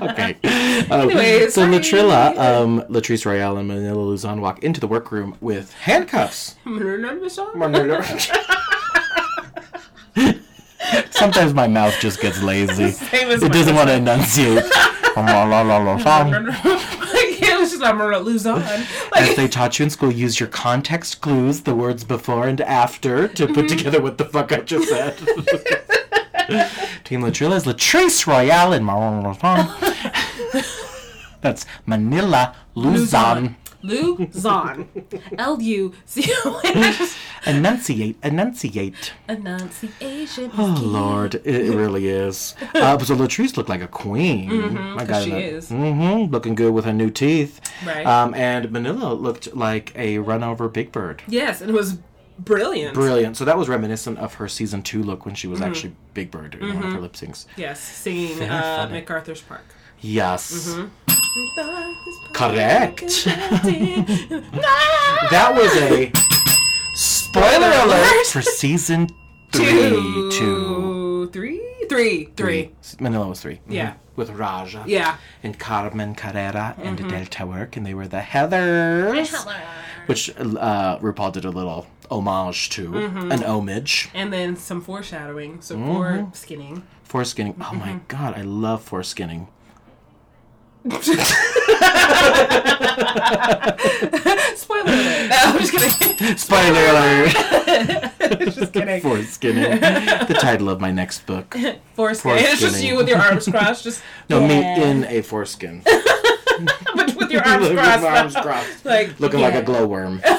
Speaker 2: Okay. Um,
Speaker 3: Anyways,
Speaker 2: so
Speaker 3: sorry.
Speaker 2: Latrilla, um, Latrice Royale, and Manila Luzon walk into the workroom with handcuffs. Sometimes my mouth just gets lazy.
Speaker 3: Same as
Speaker 2: It
Speaker 3: my
Speaker 2: doesn't want to enunciate.
Speaker 3: it was just I'm gonna lose on.
Speaker 2: As
Speaker 3: Like
Speaker 2: they taught you in school, use your context clues, the words before and after, to put
Speaker 3: Mm-hmm.
Speaker 2: together what the fuck I just said. Team Latrilla is Latrice Royale in Manila. That's Manila Luzon.
Speaker 3: Luzon. L U Z O N.
Speaker 2: Enunciate, enunciate.
Speaker 3: Enunciation. is
Speaker 2: Oh
Speaker 3: key.
Speaker 2: Lord, it, it really is. Uh, so Latrice looked like a queen. My God,
Speaker 3: she is.
Speaker 2: Mm-hmm, looking good with her new teeth.
Speaker 3: Right.
Speaker 2: Um, and Manila looked like a run over Big Bird.
Speaker 3: Yes, and it was brilliant.
Speaker 2: Brilliant. So that was reminiscent of her season two look when she was
Speaker 3: Mm-hmm.
Speaker 2: actually Big Bird in one of her lip syncs.
Speaker 3: Yes, singing
Speaker 2: Very
Speaker 3: uh,
Speaker 2: funny.
Speaker 3: MacArthur's Park.
Speaker 2: Yes,
Speaker 3: Mm-hmm. Correct.
Speaker 2: that was a spoiler alert for season three.
Speaker 3: Two,
Speaker 2: Two.
Speaker 3: three, three, three.
Speaker 2: Manila was 3 mhm,
Speaker 3: Yeah.
Speaker 2: With Raja.
Speaker 3: Yeah. Mm-hmm.
Speaker 2: and Carmen Carrera and Delta Work, and they were the Heathers, which uh, RuPaul did a little homage to,
Speaker 3: Mm-hmm.
Speaker 2: an homage.
Speaker 3: And then some foreshadowing, so poor
Speaker 2: Mm-hmm.
Speaker 3: skinning.
Speaker 2: Foreskinning. Oh my
Speaker 3: Mm-hmm.
Speaker 2: god, I love foreskinning.
Speaker 3: Spoiler alert. No, I'm just kidding.
Speaker 2: Spoiler alert!
Speaker 3: just kidding.
Speaker 2: foreskinning. The title of my next book.
Speaker 3: Foreskin. It's just
Speaker 2: Foreskinning.
Speaker 3: you with your arms crossed, just
Speaker 2: No, me
Speaker 3: Yeah.
Speaker 2: in a foreskin.
Speaker 3: but with your arms
Speaker 2: With my
Speaker 3: crossed.
Speaker 2: arms
Speaker 3: though.
Speaker 2: crossed.
Speaker 3: Like
Speaker 2: Looking like
Speaker 3: yeah.
Speaker 2: a glowworm.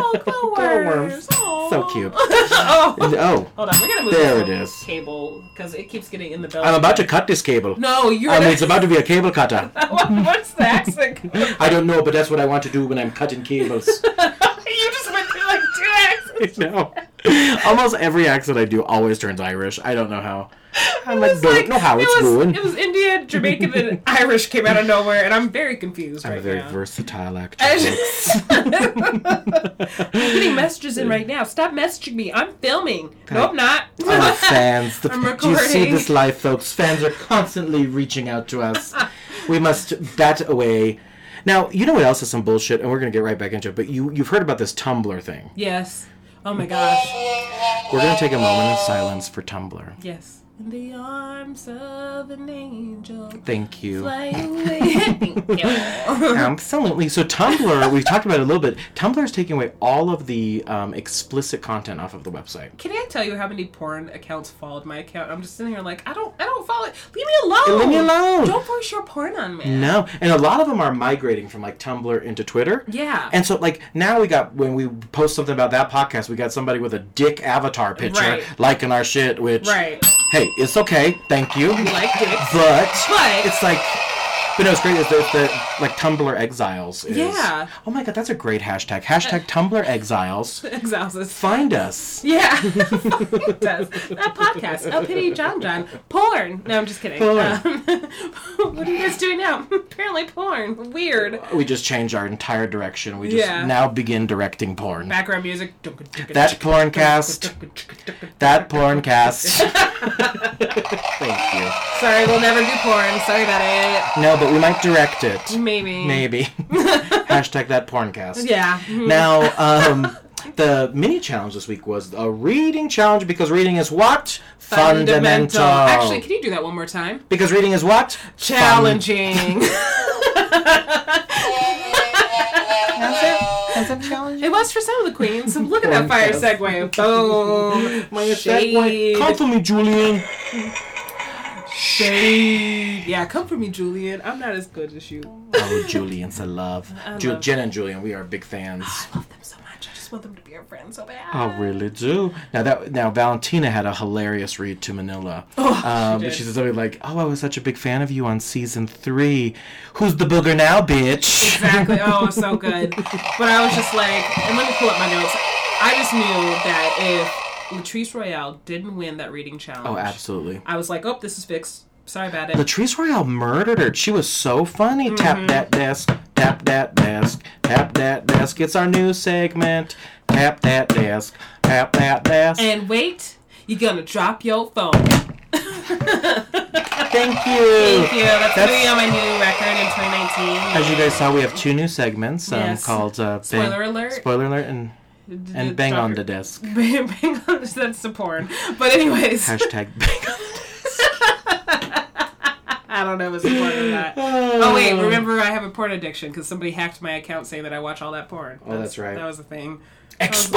Speaker 3: Oh, glowworm.
Speaker 2: Glowworms.
Speaker 3: Aw.
Speaker 2: So cute.
Speaker 3: oh,
Speaker 2: And- oh,
Speaker 3: hold on. We gotta move
Speaker 2: There it
Speaker 3: this little
Speaker 2: is.
Speaker 3: cable because it keeps getting in the belt.
Speaker 2: I'm about to cut this cable.
Speaker 3: No, you're.
Speaker 2: I mean,
Speaker 3: gonna-
Speaker 2: it's about to be a cable cutter.
Speaker 3: What's the accent? you
Speaker 2: I don't know, but that's what I want to do when I'm cutting cables.
Speaker 3: just went through like two accents.
Speaker 2: no. Almost every accent I do always turns Irish. I don't know how. I'm like,
Speaker 3: It's
Speaker 2: don't know how it's
Speaker 3: it was,
Speaker 2: ruined.
Speaker 3: It was Indian, Jamaican, and Irish came out of nowhere, and I'm very confused
Speaker 2: I'm
Speaker 3: right
Speaker 2: a very
Speaker 3: now.
Speaker 2: versatile actor.
Speaker 3: I just- I'm getting messages in right now. Stop messaging me. I'm filming. No, I'm not.
Speaker 2: Our fans. The,
Speaker 3: I'm
Speaker 2: do you see
Speaker 3: recording.
Speaker 2: this live, folks? Fans are constantly reaching out to us. we must bat away. Now, you know what else is some bullshit, and we're going to get right back into it, but you, you've heard about this Tumblr thing.
Speaker 3: yes. Oh my gosh.
Speaker 2: We're going to take a moment of silence for Tumblr.
Speaker 3: Yes. In the arms of an angel.
Speaker 2: Thank you.
Speaker 3: Fly away.
Speaker 2: Absolutely. So Tumblr, we've talked about it a little bit. Tumblr is taking away all of the um, explicit content off of the website.
Speaker 3: Can I tell you how many porn accounts followed my account? I'm just sitting here like I don't I don't follow it. Leave me alone.
Speaker 2: Leave me alone.
Speaker 3: Don't force your porn on me.
Speaker 2: No, and a lot of them are migrating from like Tumblr into Twitter.
Speaker 3: Yeah.
Speaker 2: And so, like now, we got when we post something about that podcast, we got somebody with a dick avatar picture
Speaker 3: Right.
Speaker 2: liking our shit. Which,
Speaker 3: right.
Speaker 2: hey, it's okay, thank you.
Speaker 3: You like dicks.
Speaker 2: but,
Speaker 3: But-
Speaker 2: it's like, but no, it's great. Is that the like Tumblr exiles? Is,
Speaker 3: Yeah.
Speaker 2: Oh my god, that's a great hashtag. Hashtag Tumblr exiles.
Speaker 3: Exhausts.
Speaker 2: Find us.
Speaker 3: Yeah, it does. That podcast, El Pity John John, porn. No, I'm just kidding.
Speaker 2: Porn.
Speaker 3: Um, what are you guys doing now? Apparently, porn. Weird.
Speaker 2: We just changed our entire direction. We just
Speaker 3: Yeah.
Speaker 2: now begin directing porn.
Speaker 3: Background music.
Speaker 2: That porncast. That porncast. Thank you.
Speaker 3: Sorry, we'll never do porn. Sorry about
Speaker 2: No, but we might direct it.
Speaker 3: it. Maybe.
Speaker 2: Maybe. Hashtag that porncast.
Speaker 3: Yeah.
Speaker 2: Now, um, the mini challenge this week was a reading challenge because reading is what? Fundamental.
Speaker 3: Actually, can you do that one more time?
Speaker 2: because reading is what?
Speaker 3: Challenging. It was for some of the queens. Look at that fire segue. Boom.
Speaker 2: My that one- Come for me, Julian.
Speaker 3: Shade. Yeah, come for me, Julian. I'm not as good as you.
Speaker 2: Oh, Julian's a love. Ju-
Speaker 3: love-
Speaker 2: Jen and Julian, we are big fans.
Speaker 3: I love them so much. I just want them to be our friends so bad.
Speaker 2: I really do. Now that now Valentina had a hilarious read to Manila. um, she,
Speaker 3: Oh, did.
Speaker 2: said something like, "Oh, I was such a big fan of you on season three. Who's the booger now, bitch?"
Speaker 3: Exactly. Oh, so good. But I was just like, and let me pull up my notes. I just knew that if Latrice Royale didn't win that reading challenge,
Speaker 2: Oh, absolutely.
Speaker 3: I was like, oh, this is fixed. Sorry about it.
Speaker 2: Latrice Royale murdered her. She was so funny.
Speaker 3: Mm-hmm.
Speaker 2: Tap that desk, tap that desk, tap that desk. It's our new segment. Tap that desk, tap that desk.
Speaker 3: and wait, you're gonna drop your phone.
Speaker 2: Thank you.
Speaker 3: Thank you. That's,
Speaker 2: That's-
Speaker 3: gonna be on my new record in 2019.
Speaker 2: As you guys saw, we have two new segments um,
Speaker 3: Yes.
Speaker 2: called uh,
Speaker 3: Spoiler
Speaker 2: Bang-
Speaker 3: alert.
Speaker 2: Spoiler alert, and
Speaker 3: D-
Speaker 2: and
Speaker 3: d-
Speaker 2: bang
Speaker 3: drop
Speaker 2: on
Speaker 3: your-
Speaker 2: the desk.
Speaker 3: Bang, bang on that's the porn. But anyways,
Speaker 2: Hashtag bang on.
Speaker 3: I don't know if it's porn or not. Oh wait, remember I have a porn addiction because somebody hacked my account saying that I watch all that porn. Oh,
Speaker 2: that's right.
Speaker 3: That was a thing.
Speaker 2: Exposed.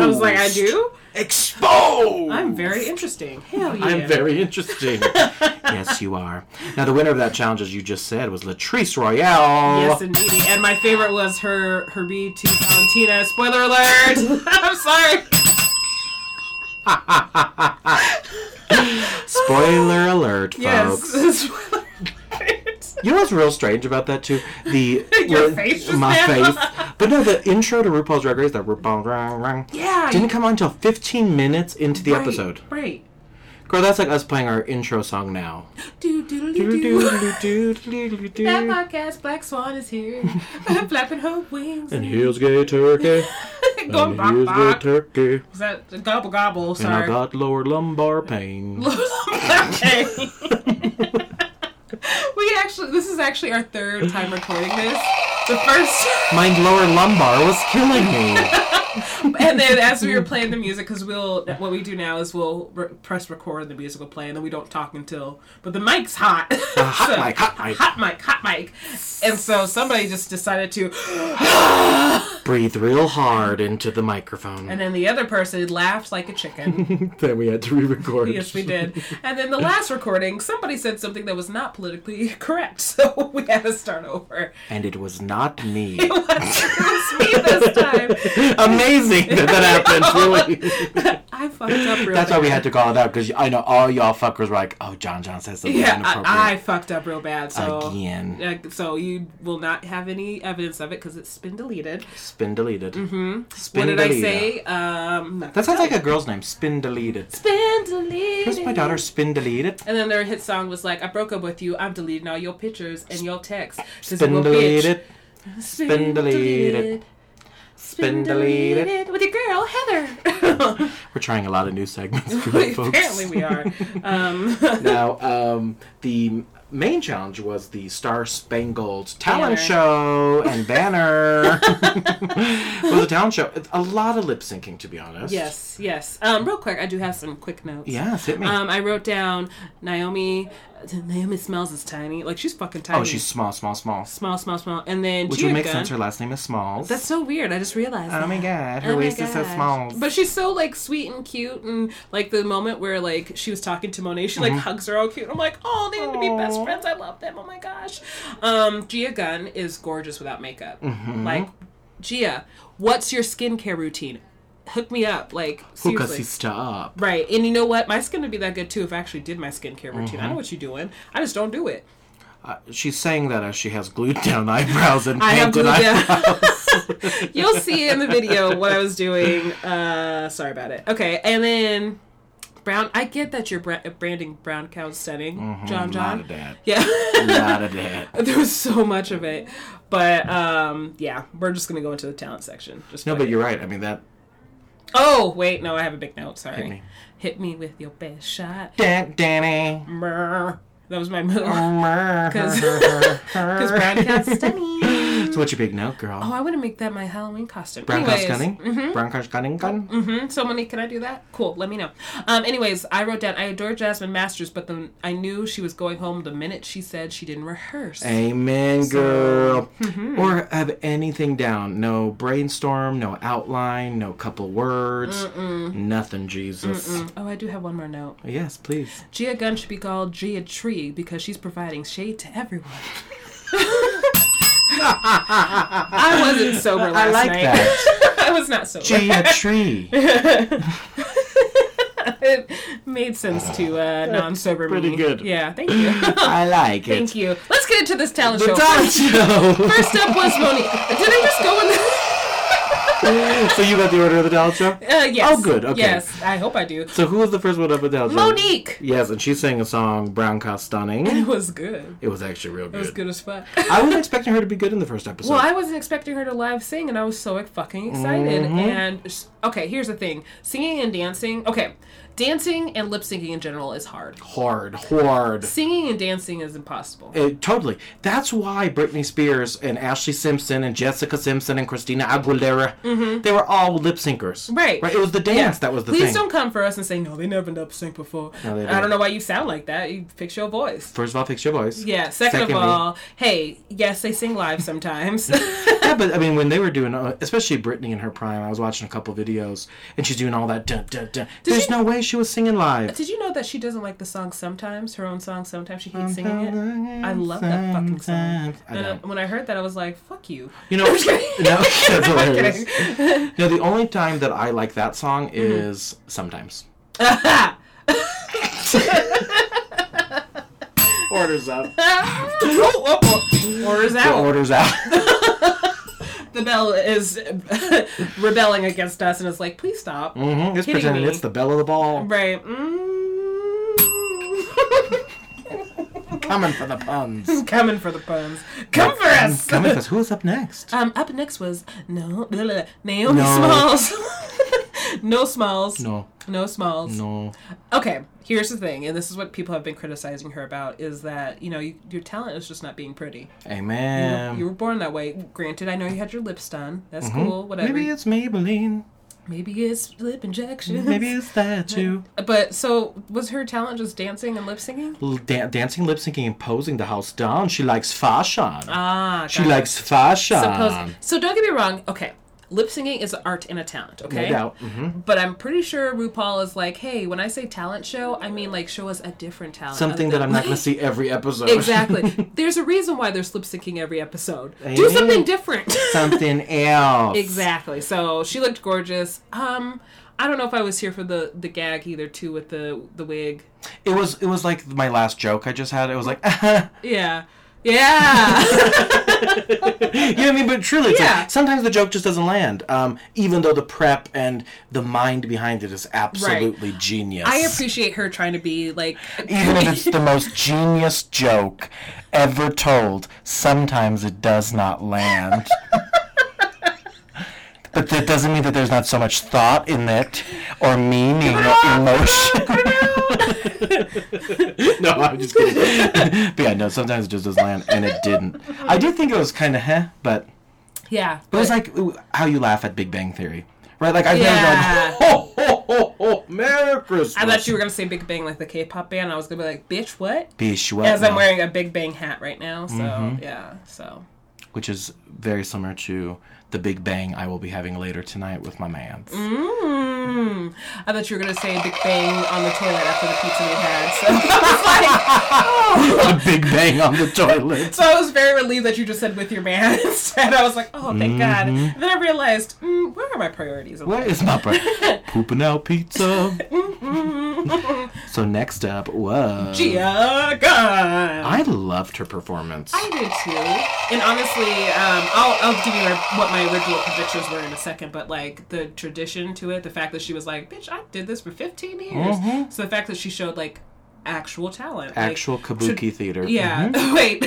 Speaker 3: I was like, I do.
Speaker 2: Exposed.
Speaker 3: I'm very interesting. Hell yeah.
Speaker 2: I'm very interesting. yes, you are. Now, the winner of that challenge, as you just said, was Latrice Royale.
Speaker 3: Yes, indeedy. And my favorite was her her read to Valentina. Spoiler alert! I'm sorry.
Speaker 2: Spoiler alert, folks.
Speaker 3: Yes. Spoiler alert.
Speaker 2: You know what's real strange about that too? The
Speaker 3: Your
Speaker 2: well,
Speaker 3: face just
Speaker 2: my
Speaker 3: now.
Speaker 2: face. But no, the intro to RuPaul's Drag Race, that RuPaul, rang, rang,
Speaker 3: Yeah.
Speaker 2: didn't come on until 15 minutes into the
Speaker 3: right,
Speaker 2: episode.
Speaker 3: Right.
Speaker 2: Girl, that's like us playing our intro song now.
Speaker 3: Do do do do. That
Speaker 2: and
Speaker 3: podcast, Black Swan is here, flapping her wings.
Speaker 2: here's gay turkey. and
Speaker 3: Going bok
Speaker 2: here's gay
Speaker 3: bok.
Speaker 2: turkey.
Speaker 3: Is that gobble gobble?
Speaker 2: And I
Speaker 3: Sorry.
Speaker 2: got lower lumbar pain.
Speaker 3: Okay. we actually, this is actually our third time recording this. The first,
Speaker 2: My lower lumbar was killing me.
Speaker 3: and then as we were playing the music, because we'll, what we do now is we'll re- press record and the music will play, and then we don't talk until, but the mic's hot.
Speaker 2: hot
Speaker 3: So-
Speaker 2: mic, hot mic.
Speaker 3: Hot mic, hot mic. And so somebody just decided to,
Speaker 2: Breathe real hard into the microphone.
Speaker 3: and then the other person laughed like a chicken.
Speaker 2: then we had to re-record.
Speaker 3: yes, we did. And then the last recording, somebody said something that was not politically correct, so we had to start over.
Speaker 2: And it was not me.
Speaker 3: It was me this time.
Speaker 2: Amazing. that, that happened, really.
Speaker 3: I fucked up real
Speaker 2: That's
Speaker 3: bad.
Speaker 2: why we had to call it out because I know all y'all fuckers were like, "Oh, John John says something
Speaker 3: Yeah,
Speaker 2: inappropriate."
Speaker 3: I, I fucked up real bad. So
Speaker 2: Again.
Speaker 3: Yeah, so you will not have any evidence of it because it's been deleted.
Speaker 2: Spin deleted. Mm-hmm. Spin
Speaker 3: What did I
Speaker 2: deleted.
Speaker 3: say? Um, not
Speaker 2: That sounds like a girl's name. Spin deleted.
Speaker 3: been deleted.
Speaker 2: Here's my daughter. Spin deleted.
Speaker 3: And then their hit song was like, "I broke up with you. I'm deleting all your pictures and your texts." 'cause you
Speaker 2: Spin
Speaker 3: a bitch."
Speaker 2: deleted.
Speaker 3: Spin
Speaker 2: deleted.
Speaker 3: Spin
Speaker 2: Spin deleted.
Speaker 3: deleted with your girl Heather.
Speaker 2: We're trying a lot of new segments, today, folks.
Speaker 3: Apparently we are. Um,
Speaker 2: now, um, the main challenge was the Star Spangled Talent
Speaker 3: Banner.
Speaker 2: Show and Banner. it was a talent show. It's A lot of lip syncing, to be honest.
Speaker 3: yes, yes. Um, real quick, I do have some quick notes.
Speaker 2: Yes, hit me.
Speaker 3: Um, I wrote down Naomi. Naomi smells is tiny. Like she's fucking tiny.
Speaker 2: oh, she's small, small, small.
Speaker 3: small, small, small. And then
Speaker 2: Which would
Speaker 3: Gia
Speaker 2: make
Speaker 3: Gunn-
Speaker 2: sense. Her last name is Smalls.
Speaker 3: That's so weird. I just realized.
Speaker 2: oh my
Speaker 3: that.
Speaker 2: god, her
Speaker 3: Oh my
Speaker 2: waist is so
Speaker 3: gosh.
Speaker 2: small.
Speaker 3: But she's so like sweet and cute, and like the moment where like she was talking to Monet, she like hugs her all cute. I'm like, oh, they need to be best
Speaker 2: Mm-hmm. Aw.
Speaker 3: friends. I love them. Oh my gosh. Um, Gia Gunn is gorgeous without makeup.
Speaker 2: Mm-hmm.
Speaker 3: Like, Gia, what's your skincare routine? Hook me up, like
Speaker 2: Hookah
Speaker 3: seriously.
Speaker 2: sister up.
Speaker 3: Right, and you know what? My skin would be that good too if I actually did my skincare routine.
Speaker 2: Mm-hmm.
Speaker 3: I know what you're doing. I just don't do it.
Speaker 2: She's saying that as she has glued down eyebrows and
Speaker 3: I have
Speaker 2: painted
Speaker 3: glued down-
Speaker 2: eyebrows.
Speaker 3: You'll see in the video what I was doing. Uh, sorry about it. Okay, and then brown. I get that you're bra- branding brown cow stunning,
Speaker 2: Mm-hmm, Not
Speaker 3: John John.
Speaker 2: of that.
Speaker 3: Yeah,
Speaker 2: Not of that.
Speaker 3: there was so much of it, but um, yeah, we're just gonna go into the talent section. Just
Speaker 2: No,
Speaker 3: fuck
Speaker 2: but
Speaker 3: it.
Speaker 2: you're right. I mean that.
Speaker 3: Oh wait, no, I have a big note. Sorry. Hit
Speaker 2: me.
Speaker 3: with your best shot.
Speaker 2: Dan- Danny.
Speaker 3: Brr. That was my move.
Speaker 2: Because
Speaker 3: 'Cause- 'Cause brown cow stunning.
Speaker 2: So what's your big note, girl?
Speaker 3: Oh, I want to make that my Halloween costume.
Speaker 2: Brown cow
Speaker 3: Anyways. Mm-hmm.
Speaker 2: stunning. Brown cow stunning gun.
Speaker 3: Hmm, So many, can I do that? Cool. Let me know. Um. Anyways, I wrote down I adore Jasmine Masters, but then I knew she was going home the minute she said she didn't rehearse.
Speaker 2: Amen, girl.
Speaker 3: mm-hmm.
Speaker 2: Or have anything down. No brainstorm. No outline. No couple words. Nothing, Jesus.
Speaker 3: oh, I do have one more note.
Speaker 2: Yes, please.
Speaker 3: Gia Gunn should be called Gia Tree because she's providing shade to everyone. I wasn't sober last
Speaker 2: I like
Speaker 3: night.
Speaker 2: that.
Speaker 3: I was not sober.
Speaker 2: Gee, a tree.
Speaker 3: it made sense to uh, non-sober
Speaker 2: pretty
Speaker 3: me.
Speaker 2: good.
Speaker 3: Yeah, thank you.
Speaker 2: I like it.
Speaker 3: thank you. Let's get into this talent
Speaker 2: The
Speaker 3: show.
Speaker 2: talent show.
Speaker 3: First up was Monique. Did I just go in the...
Speaker 2: so you got the order of the talent show.
Speaker 3: Uh, yes.
Speaker 2: Oh, good, okay.
Speaker 3: Yes, I hope I do.
Speaker 2: So who was the first one up with the talent show?
Speaker 3: Monique.
Speaker 2: Yes, and she sang a song, Brown Cow Stunning.
Speaker 3: It was good.
Speaker 2: It was actually real
Speaker 3: It was
Speaker 2: good.
Speaker 3: good as fuck.
Speaker 2: I was expecting her to be good in the first episode.
Speaker 3: Well, I wasn't expecting her to live sing, and I was so fucking excited.
Speaker 2: Mm-hmm.
Speaker 3: And s- okay, here's the thing: singing and dancing. Okay, dancing and lip syncing in general is hard.
Speaker 2: hard, hard.
Speaker 3: Singing and dancing is impossible.
Speaker 2: Uh, totally. That's why Britney Spears and Ashley Simpson and Jessica Simpson and Christina Aguilera, they were all lip synkers.
Speaker 3: Mm-hmm. Right.
Speaker 2: Right. It was the dance that was the
Speaker 3: Please
Speaker 2: thing.
Speaker 3: don't come for us and say no. They never lip sync before.
Speaker 2: No, they
Speaker 3: I
Speaker 2: don't.
Speaker 3: don't know why you sound like that. You fix your voice.
Speaker 2: First of all, fix your voice.
Speaker 3: Yeah. Second
Speaker 2: Secondly-
Speaker 3: of all, hey, yes, they sing live sometimes.
Speaker 2: Yeah, but I mean, when they were doing, uh, especially Britney in her prime, I was watching a couple videos, and she's doing all that. Dun, dun, dun. There's
Speaker 3: she-
Speaker 2: no way she was singing live.
Speaker 3: Did you know that she doesn't like the song sometimes? Her own song sometimes she hates singing it. I love that fucking song.
Speaker 2: Sometimes. Mm-hmm. I
Speaker 3: And, uh,
Speaker 2: don't.
Speaker 3: when I heard that, I was like, "Fuck you."
Speaker 2: You know, no, that's hilarious. No, the only time that I like that song
Speaker 3: Mm-hmm.
Speaker 2: is sometimes. orders up.
Speaker 3: Oh, oh, oh. Orders
Speaker 2: The
Speaker 3: out.
Speaker 2: orders out.
Speaker 3: The bell is rebelling against us, and it's like, "Please stop."
Speaker 2: Mhm, It's
Speaker 3: Kidding
Speaker 2: pretending
Speaker 3: me.
Speaker 2: it's the bell of the ball.
Speaker 3: Right. Mm.
Speaker 2: Coming for the puns.
Speaker 3: Coming for the puns. Come for us.
Speaker 2: Mm, Coming for us. Who's up next?
Speaker 3: Um, up next was no blah, blah, blah, Naomi
Speaker 2: No.
Speaker 3: Smalls. no Smalls.
Speaker 2: No.
Speaker 3: No Smalls.
Speaker 2: No.
Speaker 3: Okay, here's the thing, and this is what people have been criticizing her about is that you know you, your talent is just not being pretty. You, know,
Speaker 2: Amen.
Speaker 3: you were born that way. Granted, I know you had your lips done. That's cool. Whatever.
Speaker 2: Mm-hmm. Maybe it's Maybelline.
Speaker 3: Maybe it's lip injection.
Speaker 2: Maybe it's that too.
Speaker 3: But so was her talent just dancing and lip singing?
Speaker 2: L- Dan- dancing, lip syncing, and posing the house down. She likes fashion.
Speaker 3: Ah,
Speaker 2: she um,
Speaker 3: gotcha.
Speaker 2: likes fashion.
Speaker 3: Suppose- So don't get me wrong. Okay, lip singing is an art and a talent, okay?
Speaker 2: No doubt. hmm
Speaker 3: But I'm pretty sure RuPaul is like, hey, when I say talent show, I mean like show us a different talent.
Speaker 2: Something
Speaker 3: other
Speaker 2: that I'm
Speaker 3: than-
Speaker 2: not going to see every episode.
Speaker 3: Exactly. There's a reason why they're lip syncing every episode. Do
Speaker 2: Amen.
Speaker 3: something different.
Speaker 2: Something else.
Speaker 3: exactly. So she looked gorgeous. Um, I don't know if I was here for the the gag either too with the the wig.
Speaker 2: It was it was like my last joke I just had. It was like,
Speaker 3: Yeah. Yeah.
Speaker 2: you know what I mean? But truly, it's
Speaker 3: Yeah.
Speaker 2: like, sometimes the joke just doesn't land. Um, even though the prep and the mind behind it is absolutely genius.
Speaker 3: I appreciate her trying to be like
Speaker 2: even if it's the most genius joke ever told, sometimes it does not land. but that doesn't mean that there's not so much thought in it or meaning or emotion. no, I'm just kidding. but yeah, no, sometimes it just doesn't land, and it didn't. I did think it was kind of heh, but
Speaker 3: Yeah.
Speaker 2: it was like ooh, how you laugh at Big Bang Theory. Right, like I've
Speaker 3: Yeah.
Speaker 2: never gone, ho, ho, ho, ho, Merry Christmas.
Speaker 3: I thought you were gonna say Big Bang like the K pop band. I was gonna be like, bitch, what?
Speaker 2: Bish, what
Speaker 3: As I'm
Speaker 2: now?
Speaker 3: wearing a Big Bang hat right now, so
Speaker 2: Mm-hmm.
Speaker 3: yeah. So
Speaker 2: which is very similar to the Big Bang I will be having later tonight with my man.
Speaker 3: Mm. I thought you were gonna say Big Bang on the toilet after the pizza we had. So I was like, oh.
Speaker 2: The Big Bang on the toilet.
Speaker 3: So I was very relieved that you just said with your man instead. I was like, oh,
Speaker 2: Mm-hmm.
Speaker 3: thank God. And then I realized, mm, where are my priorities? in
Speaker 2: Where
Speaker 3: life?
Speaker 2: is my bread? Pooping out pizza. so next up was
Speaker 3: Mm-hmm. Gia Gunn.
Speaker 2: I loved her performance.
Speaker 3: I did too. And honestly, um, I'll, I'll give you my, what my original predictions were in a second, but like the tradition to it, the fact that she was like, bitch, I did this for 15 years. So the fact that she showed like actual talent. like,
Speaker 2: Mm-hmm. Actual kabuki
Speaker 3: should-
Speaker 2: theater.
Speaker 3: Yeah.
Speaker 2: Mhm.
Speaker 3: Wait.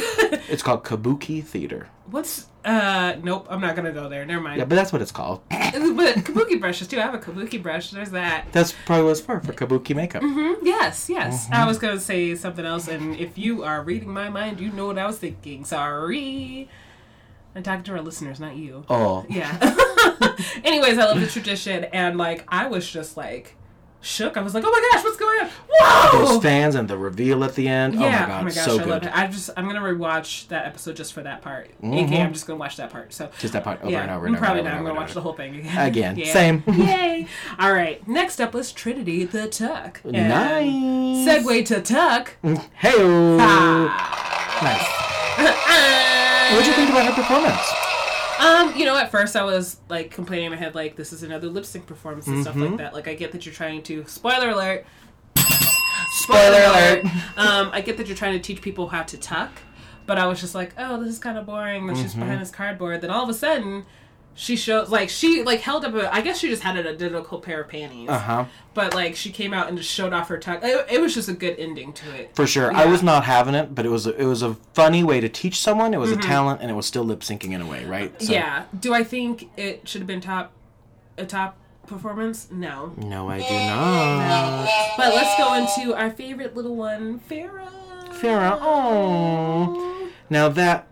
Speaker 2: It's called kabuki theater.
Speaker 3: What's uh nope, I'm not gonna go there. Never mind.
Speaker 2: Yeah, but that's what it's called.
Speaker 3: But kabuki brushes too. I have a kabuki brush. There's that.
Speaker 2: That's probably what's for for kabuki makeup.
Speaker 3: Mm-hmm. Yes,
Speaker 2: Mm-hmm.
Speaker 3: yes. I was gonna say something else, and if you are reading my mind, you know what I was thinking. Sorry. I'm talking to our listeners, not you.
Speaker 2: Oh,
Speaker 3: Yeah. Anyways, I love the tradition, and like I was just like shook. I was like, oh my gosh, what's going on?
Speaker 2: those
Speaker 3: Whoa!
Speaker 2: fans and the reveal at the end. oh my
Speaker 3: Oh. yeah.
Speaker 2: god,
Speaker 3: Oh my gosh,
Speaker 2: so
Speaker 3: I
Speaker 2: good. Mm-hmm.
Speaker 3: love it. I just I'm gonna rewatch that episode just for that part. AKA, I'm just gonna watch that part. So
Speaker 2: Just that part over
Speaker 3: yeah,
Speaker 2: and over
Speaker 3: I'm
Speaker 2: and over.
Speaker 3: probably
Speaker 2: and
Speaker 3: not. I'm
Speaker 2: over
Speaker 3: gonna
Speaker 2: and
Speaker 3: watch
Speaker 2: over.
Speaker 3: the whole thing again.
Speaker 2: Again,
Speaker 3: Yeah.
Speaker 2: same.
Speaker 3: Yay! All right. Next up was Trinity the Tuck. And
Speaker 2: Nice.
Speaker 3: Segue to Tuck.
Speaker 2: Hey.
Speaker 3: Ah.
Speaker 2: Nice. What'd you think about her performance?
Speaker 3: Um, you know, at first I was like complaining in my head, like this is another lip sync performance and stuff like that. Like I get that you're trying to spoiler alert. um, I get that you're trying to teach people how to tuck, but I was just like, oh, this is kind of boring. That she's behind this cardboard. Then all of a sudden, she shows like she like held up a. I guess she just had an identical pair of panties.
Speaker 2: Uh huh.
Speaker 3: But like she came out and just showed off her tuck. It, it was just a good ending to it.
Speaker 2: For sure. I
Speaker 3: Yeah.
Speaker 2: was not having it, but it was a, it was a funny way to teach someone. It was a talent, and it was still lip syncing in a way, right? So,
Speaker 3: Mm-hmm. Yeah. Do I think it should have been top a top performance? No.
Speaker 2: No, I do not.
Speaker 3: But let's go into our favorite little one, Farah.
Speaker 2: Farrah, oh. Now that.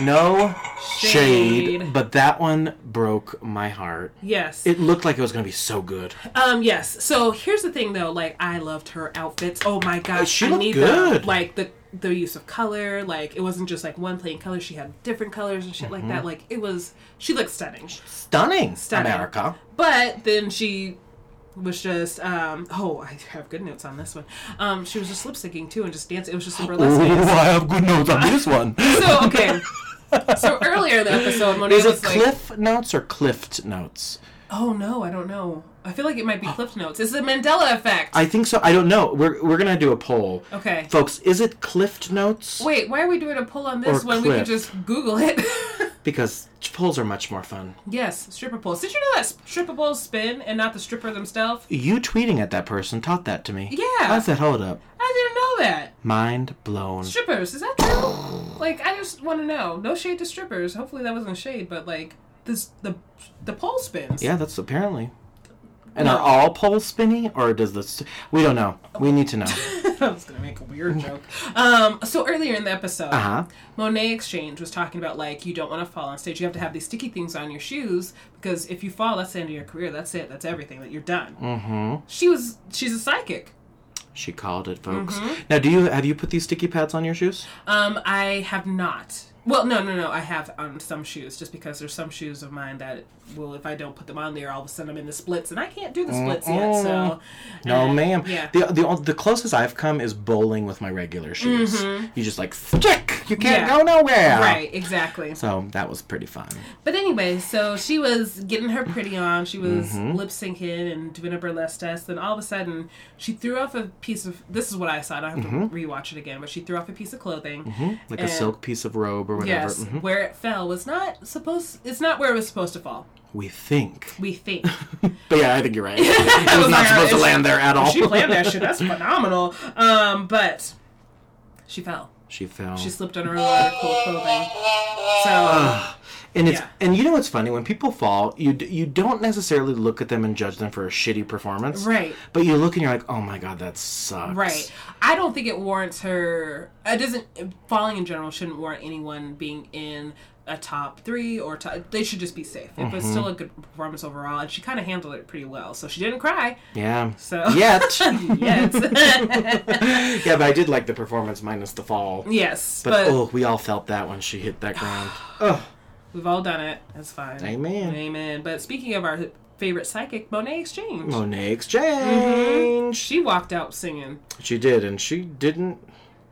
Speaker 2: No shade.
Speaker 3: Shade.
Speaker 2: but that one broke my heart.
Speaker 3: Yes.
Speaker 2: It looked like it was going to be so good.
Speaker 3: um. Yes. So here's the thing, though. Like I loved her outfits. Oh my gosh.
Speaker 2: she
Speaker 3: I
Speaker 2: looked
Speaker 3: need
Speaker 2: good.
Speaker 3: The, like the the use of color. Like it wasn't just like one plain color. She had different colors and shit like
Speaker 2: Mm-hmm.
Speaker 3: that. Like it was. She looked stunning.
Speaker 2: Stunning,
Speaker 3: Stunning.
Speaker 2: America.
Speaker 3: But then she was just um oh I have good notes on this one. Um she was just lip syncing too and just dancing. It was just a burlesque.
Speaker 2: Ooh,
Speaker 3: dance.
Speaker 2: I have good notes on this one.
Speaker 3: So okay. So earlier in the episode, Monet
Speaker 2: Is it
Speaker 3: was like,
Speaker 2: cliff notes or cliffed notes?
Speaker 3: "Oh no, I don't know. I feel like it might be Cliff Notes. It's the Mandela effect."
Speaker 2: I think so. I don't know. We're we're gonna do a poll.
Speaker 3: okay.
Speaker 2: Folks, is it Clift Notes?
Speaker 3: Wait, why are we doing a poll on this
Speaker 2: Or
Speaker 3: when we could
Speaker 2: Cliff.
Speaker 3: just Google it?
Speaker 2: Because polls are much more fun.
Speaker 3: yes, stripper polls. Did you know that stripper polls spin and not the stripper themselves?
Speaker 2: You tweeting at that person taught that to me.
Speaker 3: Yeah.
Speaker 2: I said, hold up.
Speaker 3: I didn't know that.
Speaker 2: Mind blown.
Speaker 3: Strippers, is that true? Like, I just want to know. No shade to strippers. Hopefully that wasn't shade, but like this, the the poll spins.
Speaker 2: Yeah, that's apparently. And
Speaker 3: No.
Speaker 2: are all polls spinny, or does this? We don't know. We need to know.
Speaker 3: I was gonna make a weird joke. Um, so earlier in the episode,
Speaker 2: Uh huh.
Speaker 3: Monet Exchange was talking about like you don't want to fall on stage. You have to have these sticky things on your shoes because if you fall, that's the end of your career. That's it. That's everything. That you're done. Mm-hmm. She was. She's a psychic.
Speaker 2: She Mm-hmm. called it, folks. Now, do you have you put these sticky pads on your shoes?
Speaker 3: Um, I have not. Well, no, no, no. I have on some shoes just because there's some shoes of mine that will, if I don't put them on there, all of a sudden I'm in the splits, and I can't do the splits yet. So,
Speaker 2: No,
Speaker 3: uh,
Speaker 2: ma'am.
Speaker 3: Yeah.
Speaker 2: The, the ol- the closest I've come is bowling with my regular shoes. You just like stick. You can't
Speaker 3: Mm-hmm. Yeah.
Speaker 2: go nowhere.
Speaker 3: Right, exactly.
Speaker 2: So that was pretty fun.
Speaker 3: But anyway, so she was getting her pretty on. She was
Speaker 2: Mm-hmm.
Speaker 3: lip syncing and doing a burlesque test. Then all of a sudden, she threw off a piece of. This is what I saw. I don't have to rewatch it again, but she threw off a piece of clothing.
Speaker 2: Mm-hmm. Like
Speaker 3: and-
Speaker 2: a silk piece of robe or whatever.
Speaker 3: Yes,
Speaker 2: Mhm.
Speaker 3: where it fell was not supposed. It's not where it was supposed to fall.
Speaker 2: We think.
Speaker 3: We think.
Speaker 2: But yeah, I think you're right. it was
Speaker 3: was
Speaker 2: not
Speaker 3: like,
Speaker 2: supposed to
Speaker 3: it's-
Speaker 2: land there at all.
Speaker 3: she planned that shit. That's phenomenal. Um, but she fell.
Speaker 2: She fell.
Speaker 3: She slipped on her lot of cool clothing. So
Speaker 2: and it's
Speaker 3: yeah.
Speaker 2: and you know what's funny when people fall, you d- you don't necessarily look at them and judge them for a shitty performance.
Speaker 3: Right.
Speaker 2: But you look and you're like, "Oh my god, that sucks."
Speaker 3: right, I don't think it warrants her. It doesn't. Falling in general shouldn't warrant anyone being in a top three or top. They should just be safe. It
Speaker 2: Mm-hmm.
Speaker 3: was still a good performance overall, and she kind of handled it pretty well. So she didn't cry.
Speaker 2: Yeah.
Speaker 3: So
Speaker 2: Yet.
Speaker 3: yes,
Speaker 2: yeah, but I did like the performance minus the fall.
Speaker 3: yes,
Speaker 2: But,
Speaker 3: but,
Speaker 2: oh, we all felt that when she hit that ground. oh,
Speaker 3: we've all done it. It's fine.
Speaker 2: Amen.
Speaker 3: Amen. But speaking of our favorite psychic, Monet Exchange.
Speaker 2: Monet exchange.
Speaker 3: She walked out singing.
Speaker 2: Mm-hmm. She did, and she didn't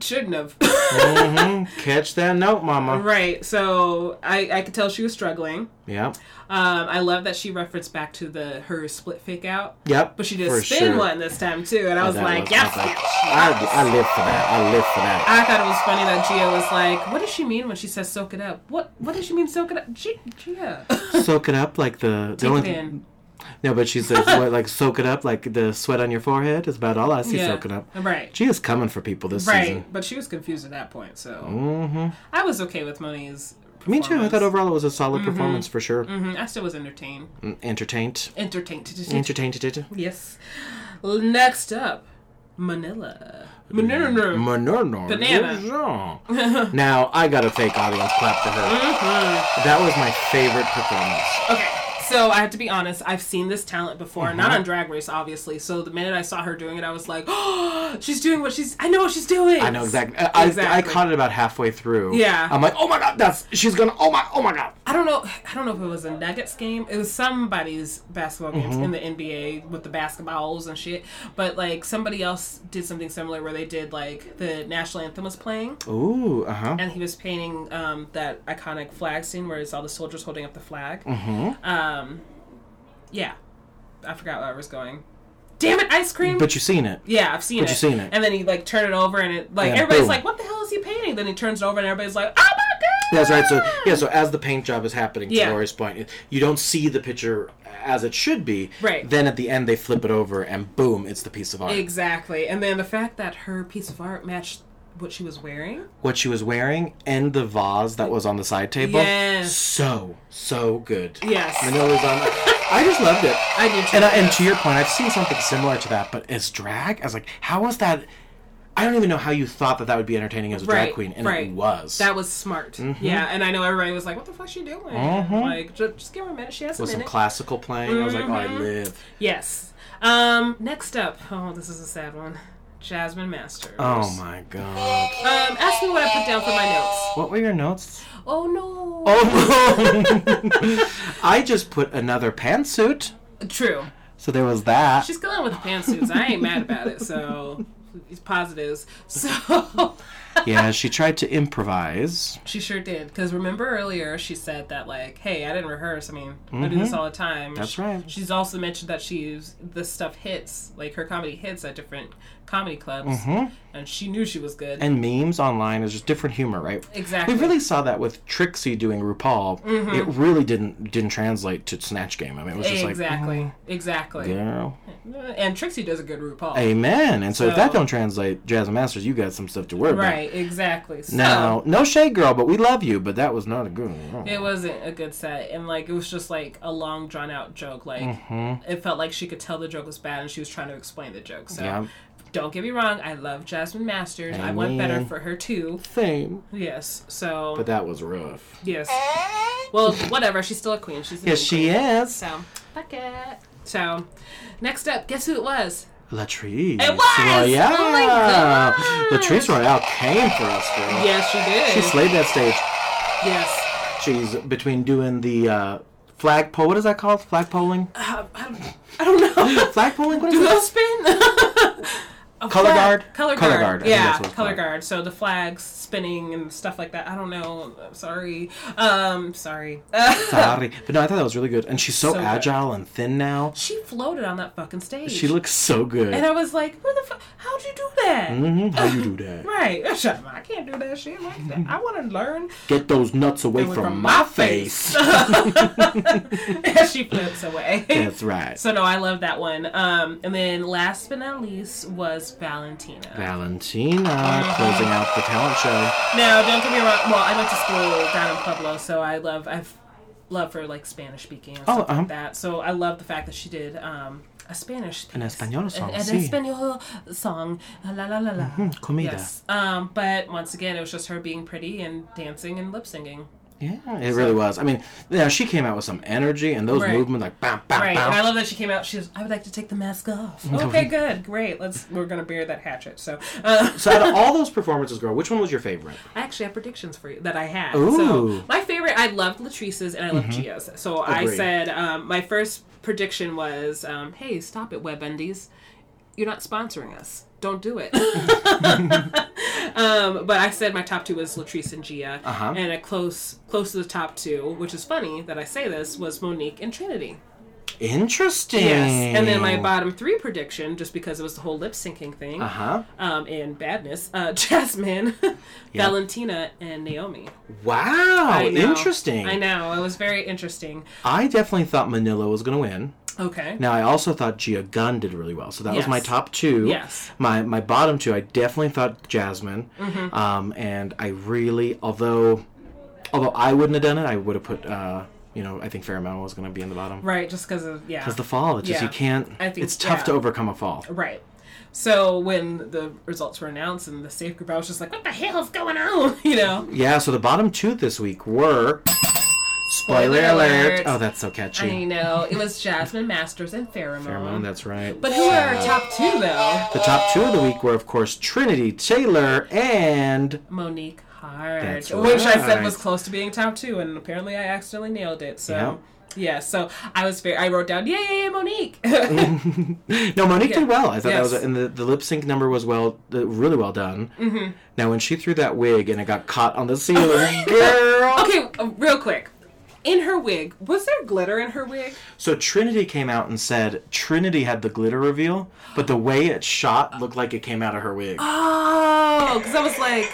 Speaker 3: Shouldn't have.
Speaker 2: mhm, catch that note, Mama.
Speaker 3: right. So I, I could tell she was struggling.
Speaker 2: Yep.
Speaker 3: Um, I love that she referenced back to the her split fake out.
Speaker 2: Yep.
Speaker 3: But she did
Speaker 2: for
Speaker 3: spin
Speaker 2: sure.
Speaker 3: one this time too, and I was
Speaker 2: That
Speaker 3: like,
Speaker 2: was- I
Speaker 3: yes.
Speaker 2: was like, I, I live for that. I live for that.
Speaker 3: I thought it was funny that Gia was like, "What does she mean when she says soak it up? What What does she mean soak it up? Gia, Gia.
Speaker 2: Soak it up like the. the
Speaker 3: Take it
Speaker 2: only-
Speaker 3: in.
Speaker 2: No, but she says what, like soak it up like the sweat on your forehead is about all I see.
Speaker 3: Yeah.
Speaker 2: Soak it up.
Speaker 3: Right.
Speaker 2: She is coming for people this
Speaker 3: right.
Speaker 2: season.
Speaker 3: But she was confused at that point, so
Speaker 2: hmm
Speaker 3: I was okay with Moni's.
Speaker 2: Me too. I
Speaker 3: performance. Mm-hmm.
Speaker 2: thought overall it was a solid performance for sure.
Speaker 3: Mhm, I still was entertained.
Speaker 2: Mm, Entertained.
Speaker 3: Entertained.
Speaker 2: Entertained. it.
Speaker 3: Yes. Next up, Manila. Manila.
Speaker 2: Manana.
Speaker 3: Banana.
Speaker 2: yeah. now I got a fake audience clap for her.
Speaker 3: Mm-hmm.
Speaker 2: That was my favorite performance.
Speaker 3: Okay, so I have to be honest. I've seen this talent before, not
Speaker 2: Mm-hmm.
Speaker 3: on Drag Race, obviously. So the minute I saw her doing it, I was like, "Oh, she's doing what she's. I know what she's doing."
Speaker 2: I know exactly. I, I, I
Speaker 3: Exactly.
Speaker 2: caught it about halfway through.
Speaker 3: Yeah.
Speaker 2: I'm like, oh my god, that's she's gonna. Oh my. Oh my god.
Speaker 3: I don't know. I don't know if it was a Nuggets game. It was somebody's basketball games
Speaker 2: Mm-hmm.
Speaker 3: in the NBA with the basketballs and shit. But like somebody else did something similar where they did like the national anthem was playing.
Speaker 2: Ooh. Uh huh.
Speaker 3: and he was painting um, that iconic flag scene where it's all the soldiers holding up the flag. Mm-hmm. Um, yeah, I forgot where I was going. Damn it, ice cream!
Speaker 2: But you seen it.
Speaker 3: yeah, I've seen
Speaker 2: but
Speaker 3: it.
Speaker 2: you've seen it.
Speaker 3: And then he like turned it over, and it like
Speaker 2: Yeah,
Speaker 3: everybody's
Speaker 2: boom.
Speaker 3: like, "What the hell is he painting?" Then he turns it over, and everybody's like, "Oh my god!"
Speaker 2: That's right. So yeah. So as the paint job is happening, to
Speaker 3: Yeah.
Speaker 2: Lori's point, you don't see the picture as it should be.
Speaker 3: Right.
Speaker 2: Then at the end, they flip it over, and boom, it's the piece of art.
Speaker 3: Exactly. And then the fact that her piece of art matched what she was wearing.
Speaker 2: what she was wearing and the vase that was on the side table.
Speaker 3: Yes.
Speaker 2: So so good.
Speaker 3: Yes.
Speaker 2: Manila's on. I just loved it.
Speaker 3: I did. too.
Speaker 2: And, I, and to your point, I've seen something similar to that, but as drag, I was like, how was that? I don't even know how you thought that that would be entertaining as a drag
Speaker 3: Right,
Speaker 2: queen, and
Speaker 3: right.
Speaker 2: it was.
Speaker 3: That was smart.
Speaker 2: Mm-hmm.
Speaker 3: Yeah, and I know everybody was like, "What the fuck she doing?" Like, just, just give her a minute. She has a
Speaker 2: was Mm-hmm. some
Speaker 3: minute. Mm-hmm.
Speaker 2: classical playing. I was like, oh, I live.
Speaker 3: Yes. Um, next up, oh, this is a sad one. Jasmine Masters.
Speaker 2: Oh my god.
Speaker 3: Um, ask me what I put down for my notes.
Speaker 2: What were your notes?
Speaker 3: Oh no.
Speaker 2: Oh no! I just put another pantsuit,
Speaker 3: True.
Speaker 2: so there was that.
Speaker 3: She's going with the pantsuits. I ain't mad about it. So, it's positives. So,
Speaker 2: yeah, she tried to improvise.
Speaker 3: she sure did. Because remember earlier, she said that, like, hey, I didn't rehearse. I mean, I do this all the time.
Speaker 2: Mm-hmm. That's
Speaker 3: She-
Speaker 2: right.
Speaker 3: She's also mentioned that she's, this stuff hits, like, her comedy hits at different comedy clubs. And she knew she was good.
Speaker 2: Mm-hmm. And memes online is just different humor, right?
Speaker 3: Exactly. Mm-hmm.
Speaker 2: We really saw that with Trixie doing RuPaul. It really didn't didn't translate to Snatch Game. I mean, it was just "Mm."
Speaker 3: exactly. exactly.
Speaker 2: like, girl,
Speaker 3: And Trixie does a good RuPaul.
Speaker 2: amen. And so, if
Speaker 3: So-
Speaker 2: that don't translate, Jasmine Masters, you got some stuff to worry about.
Speaker 3: Right, exactly. So
Speaker 2: Now, no shade, girl, but we love you. But that was not a good. one.
Speaker 3: it wasn't a good set, and like it was just like a long drawn out joke. Like
Speaker 2: Mm-hmm.
Speaker 3: it felt like she could tell the joke was bad, and she was trying to explain the joke. So
Speaker 2: Yeah.
Speaker 3: don't get me wrong, I love Jasmine Masters. I want better
Speaker 2: Amen.
Speaker 3: for her too.
Speaker 2: Same,
Speaker 3: Yes. So
Speaker 2: but that was rough.
Speaker 3: yes. Well, whatever. She's still a queen. She's a
Speaker 2: Yes,
Speaker 3: mean
Speaker 2: she
Speaker 3: queen.
Speaker 2: is.
Speaker 3: So fuck it. So next up, guess who it was?
Speaker 2: Latrice
Speaker 3: It was!
Speaker 2: Royale.
Speaker 3: Oh my gosh!
Speaker 2: Latrice Royale came for us, girl.
Speaker 3: Yes, she did.
Speaker 2: She slayed that stage.
Speaker 3: Yes.
Speaker 2: She's between doing the uh, flagpole. What is that called? Flagpoling?
Speaker 3: Uh, I, don't, I don't know.
Speaker 2: Flagpoling? What is
Speaker 3: Do
Speaker 2: it?
Speaker 3: those spin? A
Speaker 2: Color
Speaker 3: flag-
Speaker 2: guard?
Speaker 3: Color guard.
Speaker 2: Color guard, I think
Speaker 3: Yeah,
Speaker 2: that's what it's
Speaker 3: color
Speaker 2: called.
Speaker 3: guard. So the flags spinning and stuff like that. I don't know. I'm sorry. Um, sorry. Uh,
Speaker 2: Sorry. But no, I thought that was really good. And she's so,
Speaker 3: So good.
Speaker 2: agile and thin now.
Speaker 3: she floated on that fucking stage.
Speaker 2: She looks so good.
Speaker 3: and I was like, "Where the fuck? How'd you do that?"
Speaker 2: hmm How you do that?
Speaker 3: Right. Shut up. I can't do that shit like that. I want to learn.
Speaker 2: Get those nuts away
Speaker 3: Away
Speaker 2: from, my face.
Speaker 3: And she flips away.
Speaker 2: That's right.
Speaker 3: So no, I love that one. Um, and then last but not least was Valentina. Uh-huh.
Speaker 2: Valentina closing out the talent show.
Speaker 3: Now, don't get me wrong. Well, I went to school down in Pueblo, so I love I've love for like Spanish speaking and stuff
Speaker 2: Oh, uh-huh.
Speaker 3: like that. So I love the fact that she did um, a Spanish piece.
Speaker 2: An español song,
Speaker 3: an, an
Speaker 2: sí. Mm-hmm.
Speaker 3: español song. La la la la.
Speaker 2: Comida.
Speaker 3: Yes. Um, but once again, it was just her being pretty and dancing and lip singing.
Speaker 2: Yeah, it really was. I mean, yeah, she came out with some energy and those
Speaker 3: Right.
Speaker 2: movements like bam, bam,
Speaker 3: Right, and I
Speaker 2: bam.
Speaker 3: love that she came out. She was, I would like to take the mask off.
Speaker 2: Mm-hmm.
Speaker 3: Okay, good, great. Let's. We're gonna bear that hatchet. So, uh,
Speaker 2: So out of all those performances, girl, which one was your favorite?
Speaker 3: I actually have predictions for you that I had.
Speaker 2: Ooh. Mm-hmm.
Speaker 3: So my favorite, I loved Latrice's and I loved Gia's. So I
Speaker 2: Agreed.
Speaker 3: said um, my first prediction was, um, "Hey, stop it, WebMDs. You're not sponsoring us. Don't do it." um, but I said my top two was Latrice and Gia,
Speaker 2: Uh-huh.
Speaker 3: and a close, close to the top two, which is funny that I say this, was Monique and Trinity.
Speaker 2: Interesting.
Speaker 3: Yes. And then my bottom three prediction, just because it was the whole lip syncing thing,
Speaker 2: Uh huh.
Speaker 3: um, and badness, uh, Jasmine, Valentina, and Naomi.
Speaker 2: Wow.
Speaker 3: I know.
Speaker 2: Oh, Interesting.
Speaker 3: I know. It was very interesting.
Speaker 2: I definitely thought Manila was going to win.
Speaker 3: Okay.
Speaker 2: Now, I also thought Gia Gunn did really well. So that was
Speaker 3: Yes.
Speaker 2: my top two.
Speaker 3: Yes. Mm-hmm.
Speaker 2: My my bottom two, I definitely thought Jasmine. Um, and I really, although, although I wouldn't have done it, I would have put, uh, you know, I think Pheromone was going to be in the bottom.
Speaker 3: Right. Just because of yeah.
Speaker 2: Because the fall, it's just
Speaker 3: Yeah.
Speaker 2: you can't.
Speaker 3: I think-
Speaker 2: it's tough
Speaker 3: yeah.
Speaker 2: to overcome a fall.
Speaker 3: right. So when the results were announced in the safe group, I was just like, "What the hell is going on?" You know.
Speaker 2: Yeah. So the bottom two this week were. Spoiler,
Speaker 3: Spoiler
Speaker 2: alert.
Speaker 3: alert.
Speaker 2: Oh, that's so catchy.
Speaker 3: I know it was Jasmine Masters and Pheromone.
Speaker 2: Pheromone, that's right.
Speaker 3: but who are our top two though?
Speaker 2: The top two of the week were, of course, Trinity Taylor and
Speaker 3: Monique Hart,
Speaker 2: That's
Speaker 3: which I said was
Speaker 2: right.
Speaker 3: close to being top two, and apparently I accidentally nailed it. So.
Speaker 2: Yeah. Mm.
Speaker 3: Yeah. so I was very. I wrote down, "Yay, yay, yay, Monique!"
Speaker 2: no Monique
Speaker 3: Yeah.
Speaker 2: did well. I thought that was
Speaker 3: Yes.
Speaker 2: and the, the lip sync number was well uh, really well done. Mm-hmm. Now when she threw that wig and it got caught on the ceiling, girl.
Speaker 3: okay, uh, real quick, in her wig, was there glitter in her wig?
Speaker 2: So Trinity came out and said Trinity had the glitter reveal, but the way it shot looked like it came out of her wig.
Speaker 3: Oh, because I was like,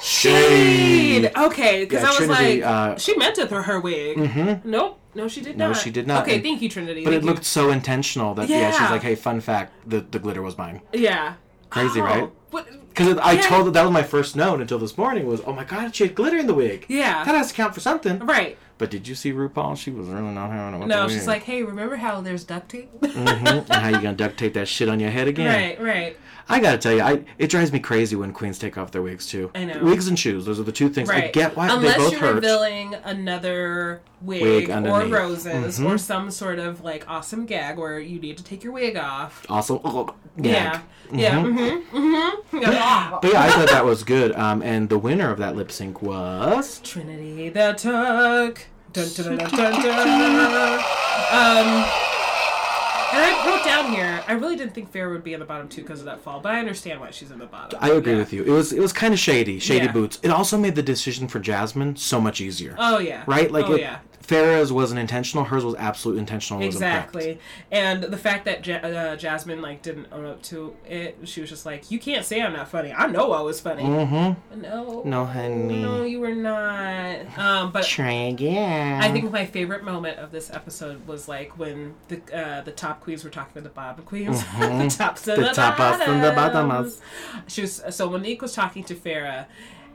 Speaker 3: shade. Okay, because
Speaker 2: Yeah,
Speaker 3: I was
Speaker 2: Trinity,
Speaker 3: like,
Speaker 2: uh,
Speaker 3: she meant to throw her wig. Mm-hmm. Nope, no, she did
Speaker 2: No,
Speaker 3: not.
Speaker 2: she did not.
Speaker 3: Okay,
Speaker 2: And-
Speaker 3: thank you, Trinity.
Speaker 2: But it
Speaker 3: thank
Speaker 2: looked so intentional that yeah, she's
Speaker 3: Yeah.
Speaker 2: like, hey, fun fact, the the glitter was mine.
Speaker 3: you. yeah,
Speaker 2: Crazy,
Speaker 3: Oh,
Speaker 2: right?
Speaker 3: What?
Speaker 2: Because I
Speaker 3: Yeah.
Speaker 2: told that was my first note until this morning was, oh my god, she had glitter in the wig.
Speaker 3: Yeah.
Speaker 2: that has to count for something.
Speaker 3: Right.
Speaker 2: But did you see RuPaul? She was really not having it. with
Speaker 3: No,
Speaker 2: the
Speaker 3: she's
Speaker 2: wig.
Speaker 3: like, hey, remember how there's duct tape?
Speaker 2: Mhm. and how you gonna duct tape that shit on your head again?
Speaker 3: Right, right.
Speaker 2: I gotta tell you, I it drives me crazy when queens take off their wigs too.
Speaker 3: I know.
Speaker 2: Wigs and shoes, those are the two things.
Speaker 3: Right.
Speaker 2: I get why
Speaker 3: Unless
Speaker 2: they both
Speaker 3: you're
Speaker 2: hurt.
Speaker 3: revealing another wig,
Speaker 2: Wig
Speaker 3: or
Speaker 2: underneath. Mm-hmm.
Speaker 3: roses or some sort of like awesome gag where you need to take your wig off.
Speaker 2: also, oh,
Speaker 3: Yeah.
Speaker 2: yeah.
Speaker 3: Yeah. Mm-hmm. Mm-hmm. Yeah.
Speaker 2: But yeah, I thought that was good. Um, and the winner of that lip sync was
Speaker 3: Trinity the Tuck. Dun, dun, dun, dun, dun, dun. Um, and I wrote down here, I really didn't think Fair would be in the bottom two because of that fall, but I understand why she's in the bottom.
Speaker 2: I agree
Speaker 3: Yeah.
Speaker 2: with you. It was it was kind of shady, shady
Speaker 3: Yeah.
Speaker 2: boots. It also made the decision for Jasmine so much easier.
Speaker 3: Oh, yeah.
Speaker 2: right? Like
Speaker 3: oh,
Speaker 2: it,
Speaker 3: yeah.
Speaker 2: Farrah's wasn't intentional. Hers was absolute intentionalism.
Speaker 3: Exactly, and the fact that ja- uh, Jasmine like didn't own up to it, she was just like, "You can't say I'm not funny. I know I was funny.
Speaker 2: Mm-hmm.
Speaker 3: No,
Speaker 2: No, honey.
Speaker 3: no, you were not." Um, but
Speaker 2: Try again.
Speaker 3: I think my favorite moment of this episode was like when the uh, the top queens were talking to the bottom queens, the tops and
Speaker 2: The
Speaker 3: Mm-hmm. the,
Speaker 2: tapas
Speaker 3: bottoms.
Speaker 2: and the bottomas.
Speaker 3: She was so Monique was talking to Farah,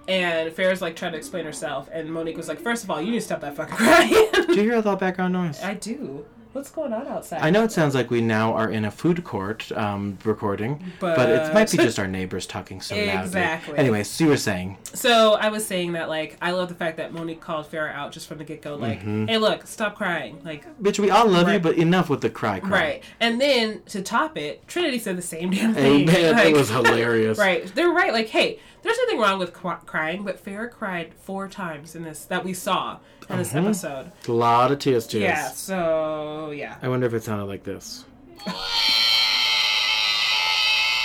Speaker 3: and Farah's like trying to explain herself, and Monique was like, first of all, you need to stop that fucking crying."
Speaker 2: Do you hear all that background noise?
Speaker 3: I do. What's going on outside?
Speaker 2: I know it sounds like we now are in a food court um, recording, but, it
Speaker 3: But-
Speaker 2: might be just our neighbors talking so loudly.
Speaker 3: Exactly.
Speaker 2: Anyway, so you were saying,
Speaker 3: So I was saying that like I love the fact that Monique called Farah out just from the get go, like, hey, look, stop crying, like.
Speaker 2: bitch, we all love you,
Speaker 3: Right.
Speaker 2: but enough with the cry cry.
Speaker 3: Right, and then to top it, Trinity said the same damn thing.
Speaker 2: Amen.
Speaker 3: Like-
Speaker 2: it Oh, was hilarious.
Speaker 3: Right. They're right. Like, hey, There's nothing wrong with qu- crying, but Farrah cried four times in this that we saw in
Speaker 2: Uh-huh.
Speaker 3: this episode.
Speaker 2: A lot of tears, tears.
Speaker 3: Yeah. So yeah.
Speaker 2: I wonder if it sounded like this.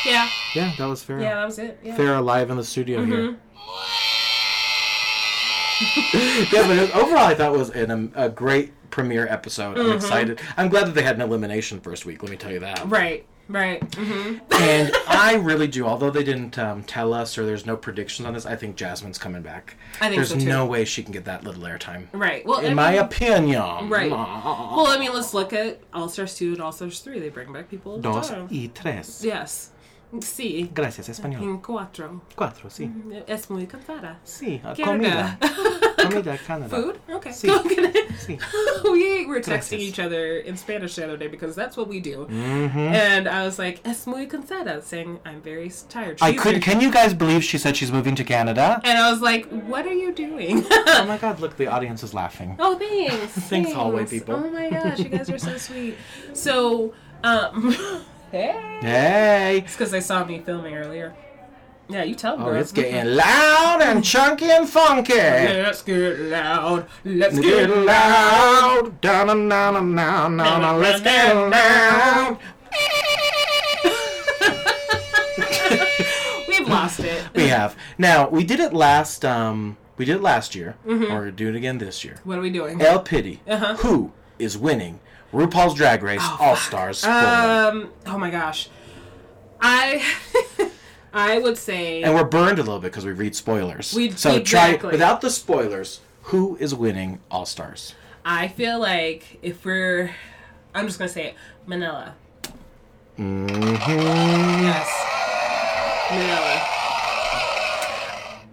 Speaker 3: Yeah.
Speaker 2: Yeah, that was fair.
Speaker 3: Yeah. Mm-hmm. That was it. Yeah.
Speaker 2: They're alive in the studio here. yeah, but it- overall, I thought it was an, um, a great premiere episode. I'm excited. I'm glad that they had an elimination first week. Let me tell you that.
Speaker 3: Mm-hmm. Right. Right. hmm
Speaker 2: And I really do. Although they didn't um, tell us or there's no predictions on this, I think Jasmine's coming back.
Speaker 3: I think
Speaker 2: there's
Speaker 3: so, too.
Speaker 2: no way she can get that little airtime.
Speaker 3: Right. Well,
Speaker 2: In
Speaker 3: I
Speaker 2: my
Speaker 3: mean-
Speaker 2: opinion.
Speaker 3: Right. Well, I mean, let's look at All Stars 2 and All Stars 3. They bring back people. all the
Speaker 2: Dos
Speaker 3: time.
Speaker 2: y tres.
Speaker 3: Yes. Sí.
Speaker 2: Gracias, español.
Speaker 3: En cuatro.
Speaker 2: Cuatro, sí.
Speaker 3: Es muy cantada.
Speaker 2: Sí, uh,
Speaker 3: Mm-hmm. Canada.
Speaker 2: comida. Comida, Canada.
Speaker 3: Food? Okay.
Speaker 2: Sí.
Speaker 3: Go get it.
Speaker 2: Sí.
Speaker 3: we were texting
Speaker 2: Gracias.
Speaker 3: each other in Spanish the other day because that's what we do.
Speaker 2: Mm-hmm.
Speaker 3: And I was like, es muy cansada, saying, I'm very tired.
Speaker 2: I
Speaker 3: She's
Speaker 2: could.
Speaker 3: very-
Speaker 2: Can you guys believe she said she's moving to Canada?
Speaker 3: and I was like, what are you doing?
Speaker 2: Oh my god, look, the audience is laughing.
Speaker 3: Oh, thanks.
Speaker 2: Thanks, hallway people.
Speaker 3: Oh my gosh, you guys are so sweet. So, um, hey.
Speaker 2: Hey!
Speaker 3: It's because they saw me filming earlier. Yeah, you tell them.
Speaker 2: Oh,
Speaker 3: girl.
Speaker 2: it's getting loud and chunky and funky!
Speaker 3: Let's get loud. Let's
Speaker 2: Get
Speaker 3: get
Speaker 2: loud! Down and down and down down, let's get loud!
Speaker 3: We've lost it.
Speaker 2: We have. Now, we did it last, um, we did it last year, or we're doing it again this year.
Speaker 3: What are we doing?
Speaker 2: El Pity, who is winning RuPaul's Drag Race All Stars. forward.
Speaker 3: Um. Oh my gosh. I. I would say.
Speaker 2: and we're burned a little bit because we read spoilers.
Speaker 3: We-
Speaker 2: so try,
Speaker 3: exactly.
Speaker 2: without the spoilers, who is winning All Stars?
Speaker 3: I feel like if we're, I'm just gonna say it, Manila. Mm-hmm. Yes, Manila.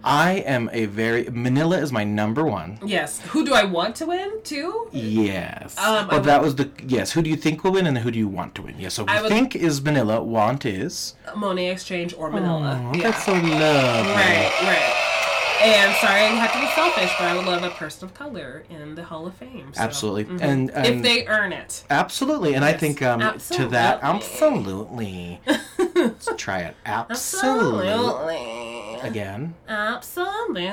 Speaker 2: I am a very Manila is my number one.
Speaker 3: Yes. Who do I want to win? Too?
Speaker 2: Yes.
Speaker 3: Um, I
Speaker 2: well, that was the yes. Who do you think will win, and who do you want to win? Yes. So we
Speaker 3: would-
Speaker 2: think is Manila. Want is.
Speaker 3: Monet Exchange or Manila?
Speaker 2: Oh,
Speaker 3: yeah.
Speaker 2: That's so lovely.
Speaker 3: Right. Right. And sorry, I have to be selfish, but I would love a person of color in the Hall of Fame. so- mm-hmm.
Speaker 2: Absolutely. And, and
Speaker 3: If they earn it.
Speaker 2: absolutely, and I think um, to that absolutely.
Speaker 3: Absolutely.
Speaker 2: Let's try it. Absolutely.
Speaker 3: Absolutely.
Speaker 2: Again.
Speaker 3: Uh-huh. Absolutely.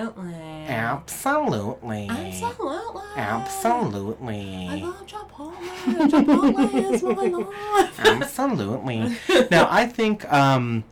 Speaker 2: Absolutely.
Speaker 3: Absolutely. I
Speaker 2: Absolutely.
Speaker 3: love Chipotle. Chipotle is my life.
Speaker 2: Absolutely. now, I think, um,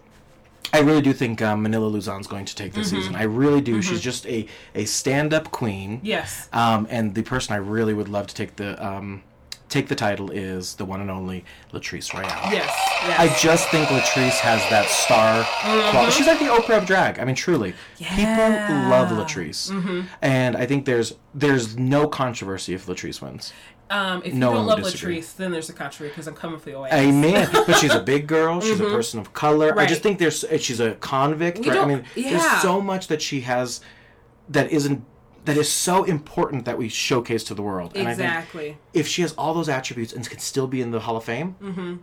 Speaker 2: I really do think um, Manila Luzon's going to take this season. I really do. She's just a, a stand up queen.
Speaker 3: Yes.
Speaker 2: Um, and the person I really would love to take the um, take the title is the one and only Latrice Royale.
Speaker 3: Yes.
Speaker 2: I
Speaker 3: Yes.
Speaker 2: just think Latrice has that star quality. She's like the Oprah of drag. I mean, truly, people
Speaker 3: Yeah.
Speaker 2: love Latrice, and I think there's there's no controversy if Latrice wins.
Speaker 3: um, if you
Speaker 2: no one
Speaker 3: don't love
Speaker 2: would disagree.
Speaker 3: Latrice, then there's a contrary because I'm coming for your ass.
Speaker 2: Amen. but she's a big girl. She's a person of color. I just
Speaker 3: Mm-hmm. Right.
Speaker 2: think there's eh, she's a convict.
Speaker 3: We
Speaker 2: Right? I
Speaker 3: don't-
Speaker 2: mean,
Speaker 3: yeah.
Speaker 2: there's so much that she has that isn't that is so important that we showcase to the world. And I think
Speaker 3: exactly.
Speaker 2: if she has all those attributes and can still be in the Hall of Fame,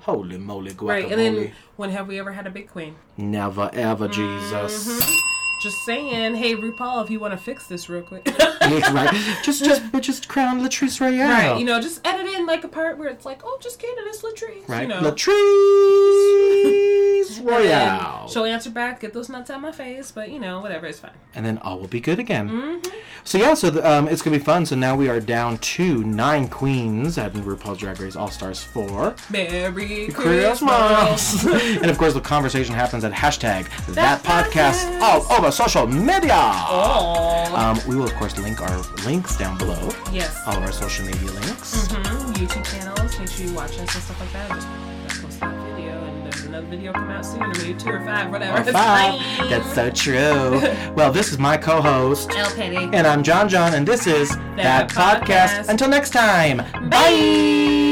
Speaker 2: holy moly, guacamole!
Speaker 3: Mm-hmm. Right. And then when have we ever had a big queen?
Speaker 2: Never ever, Jesus.
Speaker 3: Mm-hmm. Just saying. Hey, RuPaul, if you want to fix this real quick.
Speaker 2: Nick, right? Just, just, but just crown Latrice Royale.
Speaker 3: right. You know, just edit in like a part where it's like, oh, just kidding, it's Latrice.
Speaker 2: right?
Speaker 3: You know.
Speaker 2: Latrice
Speaker 3: And then
Speaker 2: Royale.
Speaker 3: She'll answer back, get those nuts out my face, but you know, whatever, it's fine.
Speaker 2: and then all will be good again.
Speaker 3: Mm-hmm.
Speaker 2: So yeah, so the, um, it's gonna be fun. So now we are down to nine queens at RuPaul's Drag Race All Stars four.
Speaker 3: Merry Christmas.
Speaker 2: Christmas, and of course the conversation happens at hashtag that,
Speaker 3: That
Speaker 2: podcast,
Speaker 3: podcast.
Speaker 2: all over social media.
Speaker 3: Oh.
Speaker 2: Um, we will of course link our links down below.
Speaker 3: Yes.
Speaker 2: All of our social media links.
Speaker 3: Mhm, YouTube channels. Make sure you watch us and stuff like that. Just let's post that video, and there's another video come out soon, or maybe two or five, whatever.
Speaker 2: Or
Speaker 3: It's
Speaker 2: five.
Speaker 3: fine.
Speaker 2: That's so true. well, this is my co-host,
Speaker 3: El Petty.
Speaker 2: and I'm John John, and this is that,
Speaker 3: That
Speaker 2: podcast.
Speaker 3: Podcast.
Speaker 2: Until next time, bye.
Speaker 3: Bye.